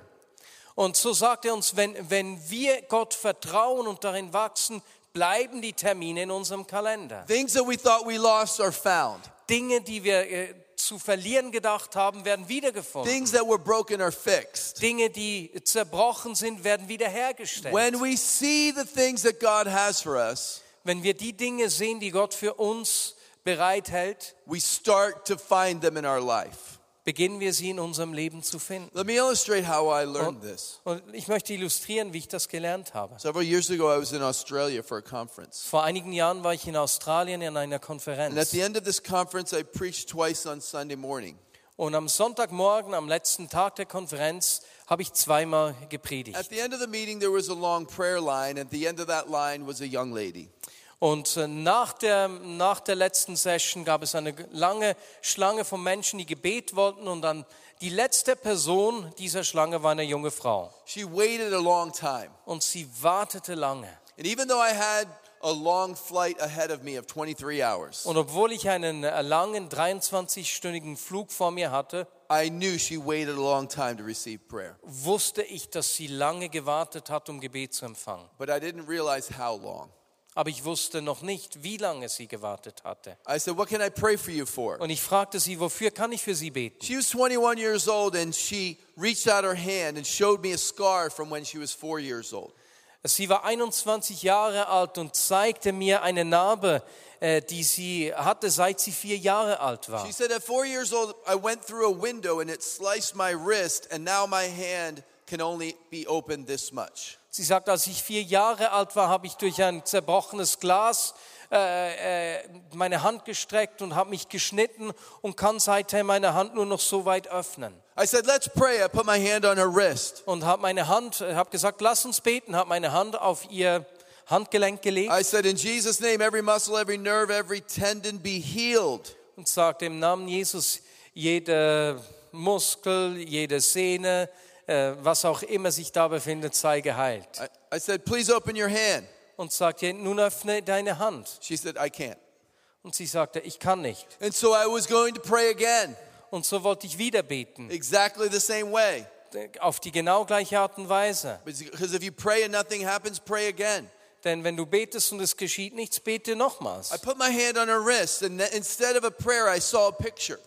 Speaker 2: Und so sagt er uns, wenn, wenn wir Gott vertrauen und darin wachsen, bleiben die Termine in unserem Kalender.
Speaker 1: Things that we thought we lost are found.
Speaker 2: Dinge, die wir äh, zu verlieren gedacht haben, werden wiedergefunden.
Speaker 1: Things that were broken are fixed.
Speaker 2: Dinge, die zerbrochen sind, werden wiederhergestellt.
Speaker 1: When we see the things that God has for us,
Speaker 2: wenn wir die Dinge sehen, die Gott für uns bereithält,
Speaker 1: we start to find them in our life.
Speaker 2: beginnen wir sie in unserem Leben zu finden.
Speaker 1: Let me illustrate how I learned this.
Speaker 2: Und ich möchte illustrieren, wie ich das gelernt habe.
Speaker 1: Several years ago, I was in Australia for a conference.
Speaker 2: Vor einigen Jahren war ich in Australien in einer
Speaker 1: And at
Speaker 2: Konferenz.
Speaker 1: the end of this conference, I preached twice on Sunday morning.
Speaker 2: Und am Sonntagmorgen, am letzten Tag der Konferenz, habe ich zweimal gepredigt.
Speaker 1: At the end of the meeting, there was a long prayer line. At the end of that line was a young lady.
Speaker 2: Und äh, nach der, nach der letzten Session gab es eine g- lange Schlange von Menschen, die Gebet wollten. Und dann die letzte Person dieser Schlange war eine junge Frau.
Speaker 1: She waited a long time.
Speaker 2: Und sie wartete lange.
Speaker 1: And even though I had a long flight ahead of me of 23 hours,
Speaker 2: Und obwohl ich einen äh, langen 23-stündigen Flug vor mir hatte,
Speaker 1: I knew she waited a long time to receive prayer.
Speaker 2: wusste ich, dass sie lange gewartet hat, um Gebet zu empfangen.
Speaker 1: But I didn't realize how long.
Speaker 2: Aber ich wusste noch nicht, wie lange sie gewartet hatte.
Speaker 1: I said, What can I pray for you for?
Speaker 2: Und ich fragte sie, wofür kann ich für sie beten?
Speaker 1: She was 21 years old and she reached out her hand and showed me a scar from when she was four years old.
Speaker 2: Sie war 21 Jahre alt und zeigte mir eine Narbe, äh, die sie hatte, seit sie vier Jahre alt war.
Speaker 1: She said, At four years old, I went through a window and it sliced my wrist, and now my hand can only be opened this much.
Speaker 2: Sie sagt, als ich vier Jahre alt war, habe ich durch ein zerbrochenes Glas äh, äh, äh, meine Hand gestreckt und habe mich geschnitten und kann seither meine Hand nur noch so weit öffnen.
Speaker 1: I said, let's pray. I put my hand on her wrist.
Speaker 2: Und habe meine Hand, äh, habe gesagt, lass uns beten, habe meine Hand auf ihr Handgelenk gelegt
Speaker 1: I said, in Jesus' name, every muscle, every nerve, every tendon be healed.
Speaker 2: und sagte im Namen Jesus, jeder Muskel, jede Sehne, äh, was auch immer sich da befindet, sei geheilt.
Speaker 1: I, I said, please open your hand.
Speaker 2: Und sagte, nun öffne deine Hand.
Speaker 1: She said, I can't.
Speaker 2: Und sie sagte, ich kann nicht.
Speaker 1: And so I was going to pray again,
Speaker 2: Und so wollte ich wieder beten,
Speaker 1: exactly the same way.
Speaker 2: auf die genau gleiche Art und Weise.
Speaker 1: Because if you pray and nothing happens, pray again.
Speaker 2: Denn wenn du betest und es geschieht nichts, bete
Speaker 1: I
Speaker 2: nochmals.
Speaker 1: put my hand on her wrist, and th- instead of a prayer, I saw a picture.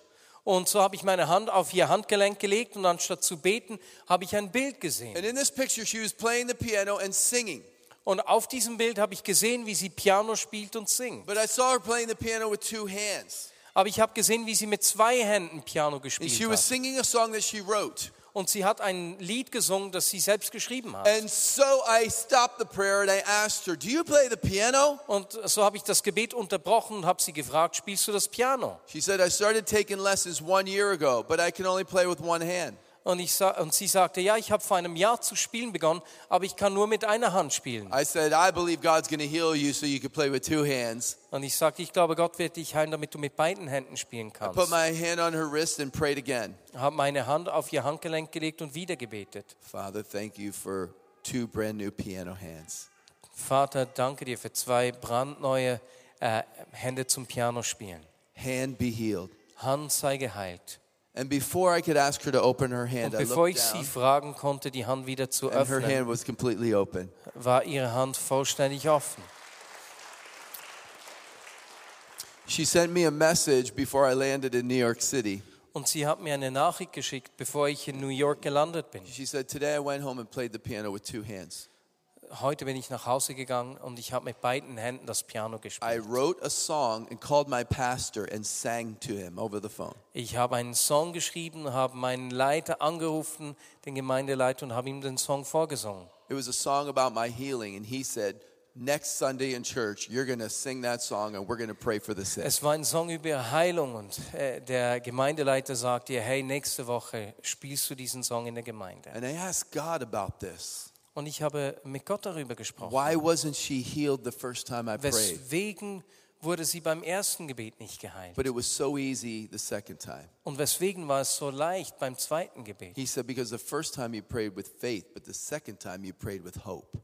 Speaker 2: Und so habe ich meine Hand auf ihr Handgelenk gelegt und anstatt zu beten, habe ich ein Bild gesehen.
Speaker 1: And in this picture, she was playing the piano and singing.
Speaker 2: Und auf diesem Bild habe ich gesehen, wie sie Piano spielt und singt.
Speaker 1: But I saw her playing the piano with two hands.
Speaker 2: Aber ich habe gesehen, wie sie mit zwei Händen Piano
Speaker 1: And
Speaker 2: gespielt
Speaker 1: she was
Speaker 2: hat.
Speaker 1: singing a song that she wrote.
Speaker 2: Und sie hat ein Lied gesungen, das sie selbst geschrieben hat.
Speaker 1: And so I stopped the prayer and I asked her, Do you play the piano?
Speaker 2: Und so habe ich das Gebet unterbrochen und habe sie gefragt, spielst du das Piano?
Speaker 1: She said, I started taking lessons one year ago, but I can only play with one hand.
Speaker 2: Und, ich, sa- und sie sagte, ja, ich habe vor einem Jahr zu spielen begonnen, aber ich kann nur mit einer Hand spielen.
Speaker 1: I said, I believe God's going to heal you so you can play with two hands.
Speaker 2: Und ich sagte, ich glaube, Gott wird dich heilen, damit du mit beiden Händen spielen
Speaker 1: Put
Speaker 2: kannst.
Speaker 1: my hand on her wrist and prayed again.
Speaker 2: Habe meine Hand auf ihr Handgelenk gelegt und wieder gebetet.
Speaker 1: Father, thank you for two brand new piano hands.
Speaker 2: Vater, danke dir für zwei brandneue äh, Hände zum Pianospielen.
Speaker 1: Hand be healed.
Speaker 2: Hand sei geheilt.
Speaker 1: And before I could ask her to open her hand,
Speaker 2: Und
Speaker 1: I
Speaker 2: bevor
Speaker 1: looked
Speaker 2: ich sie
Speaker 1: down,
Speaker 2: fragen konnte, die Hand wieder zu
Speaker 1: and her hand
Speaker 2: öffnen,
Speaker 1: was completely open.
Speaker 2: war ihre Hand vollständig offen.
Speaker 1: She sent me a message before I landed in New York City.
Speaker 2: Und sie hat mir eine Nachricht geschickt, bevor ich in New York gelandet bin.
Speaker 1: She said, Today I went home and played the piano with two hands.
Speaker 2: Heute bin ich nach Hause gegangen und ich habe mit beiden Händen das Piano
Speaker 1: I
Speaker 2: gespielt.
Speaker 1: wrote a song and called my pastor and sang to him over the phone.
Speaker 2: Ich habe einen Song geschrieben, habe meinen Leiter angerufen, den Gemeindeleiter, und habe ihm den Song vorgesungen.
Speaker 1: It was a song about my healing, and he said, Next Sunday in church, you're going to sing that song and we're going to pray for the sick.
Speaker 2: Es war ein Song über Heilung und äh, der Gemeindeleiter sagte ihr, hey, nächste Woche spielst du diesen Song in der Gemeinde.
Speaker 1: And I asked God about this.
Speaker 2: Und ich habe mit Gott darüber gesprochen.
Speaker 1: Why wasn't she healed the first time I prayed?
Speaker 2: Weswegen wurde sie beim ersten Gebet nicht geheilt?
Speaker 1: But it was so easy the second time.
Speaker 2: Und weswegen war es so leicht beim zweiten Gebet?
Speaker 1: He said, Because the first time you prayed with faith, but the second time you prayed with hope.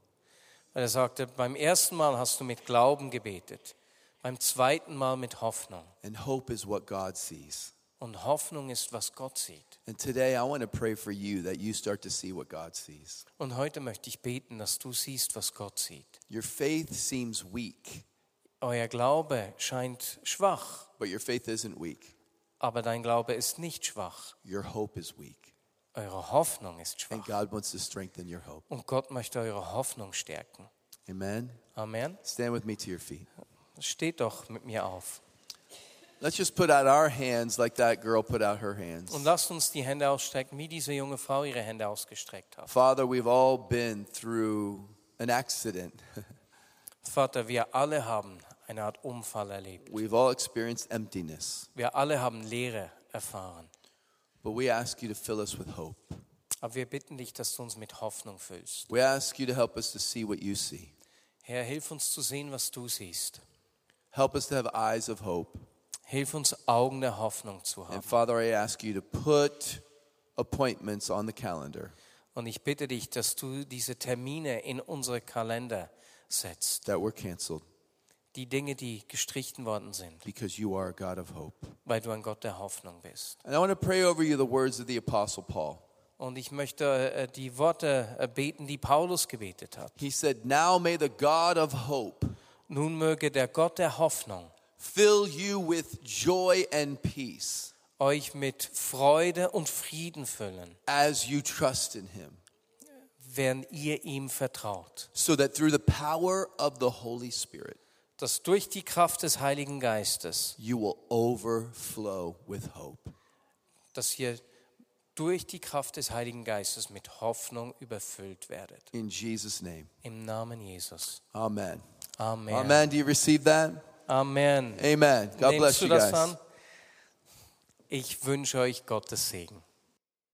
Speaker 2: Weil er sagte, beim ersten Mal hast du mit Glauben gebetet, beim zweiten Mal mit Hoffnung.
Speaker 1: And hope is what God sees.
Speaker 2: Und Hoffnung ist, was Gott sieht.
Speaker 1: And today I want to pray for you that you start to see what God sees.
Speaker 2: Und heute möchte ich beten, dass du siehst, was Gott sieht.
Speaker 1: Your faith seems weak,
Speaker 2: Euer Glaube scheint schwach,
Speaker 1: but your faith isn't weak.
Speaker 2: aber dein Glaube ist nicht schwach.
Speaker 1: Your hope is weak.
Speaker 2: Eure Hoffnung ist
Speaker 1: And
Speaker 2: schwach.
Speaker 1: God wants to strengthen your hope.
Speaker 2: Und Gott möchte eure Hoffnung stärken.
Speaker 1: Amen.
Speaker 2: Amen.
Speaker 1: Stand with me to your feet.
Speaker 2: Steht doch mit mir auf.
Speaker 1: Let's just put out our hands like that girl put out her hands.
Speaker 2: Und lasst uns die Hände ausstrecken, wie diese junge Frau ihre Hände ausgestreckt hat.
Speaker 1: Father, we've all been through an accident.
Speaker 2: Vater, wir alle haben eine Art Unfall erlebt.
Speaker 1: We've all experienced emptiness,
Speaker 2: Wir alle haben Leere erfahren.
Speaker 1: but we ask you to fill us with hope.
Speaker 2: Aber wir bitten dich, dass du uns mit Hoffnung füllst.
Speaker 1: We ask you to help us to see what you see.
Speaker 2: Herr, hilf uns zu sehen, was du siehst.
Speaker 1: Help us to have eyes of hope.
Speaker 2: Hilf uns, Augen der Hoffnung zu
Speaker 1: And
Speaker 2: haben.
Speaker 1: Father, I ask you to put appointments on the calendar
Speaker 2: Und ich bitte dich, dass du diese Termine in unsere Kalender setzt.
Speaker 1: that were canceled
Speaker 2: Die Dinge, die gestrichen worden sind,
Speaker 1: because you are a God of hope.
Speaker 2: weil du ein Gott der Hoffnung bist.
Speaker 1: And I want to pray over you the words of the Apostle Paul.
Speaker 2: Und ich möchte äh, die Worte äh, beten, die Paulus gebetet hat.
Speaker 1: He said, Now may the God of hope
Speaker 2: Nun möge der Gott der Hoffnung
Speaker 1: fill you with joy and peace
Speaker 2: euch mit Freude und Frieden füllen,
Speaker 1: as you trust in him,
Speaker 2: während ihr ihm vertraut.
Speaker 1: so that through the power of the Holy Spirit,
Speaker 2: dass durch die Kraft des Heiligen Geistes,
Speaker 1: you will overflow with hope.
Speaker 2: dass ihr durch die Kraft des Heiligen Geistes mit Hoffnung überfüllt werdet.
Speaker 1: In Jesus' name,
Speaker 2: Im Namen Jesus.
Speaker 1: amen.
Speaker 2: Amen.
Speaker 1: Amen. Do you receive that?
Speaker 2: Amen.
Speaker 1: Amen. God
Speaker 2: Nimmst
Speaker 1: bless
Speaker 2: du
Speaker 1: you
Speaker 2: das
Speaker 1: guys.
Speaker 2: an? Ich wünsche euch Gottes Segen.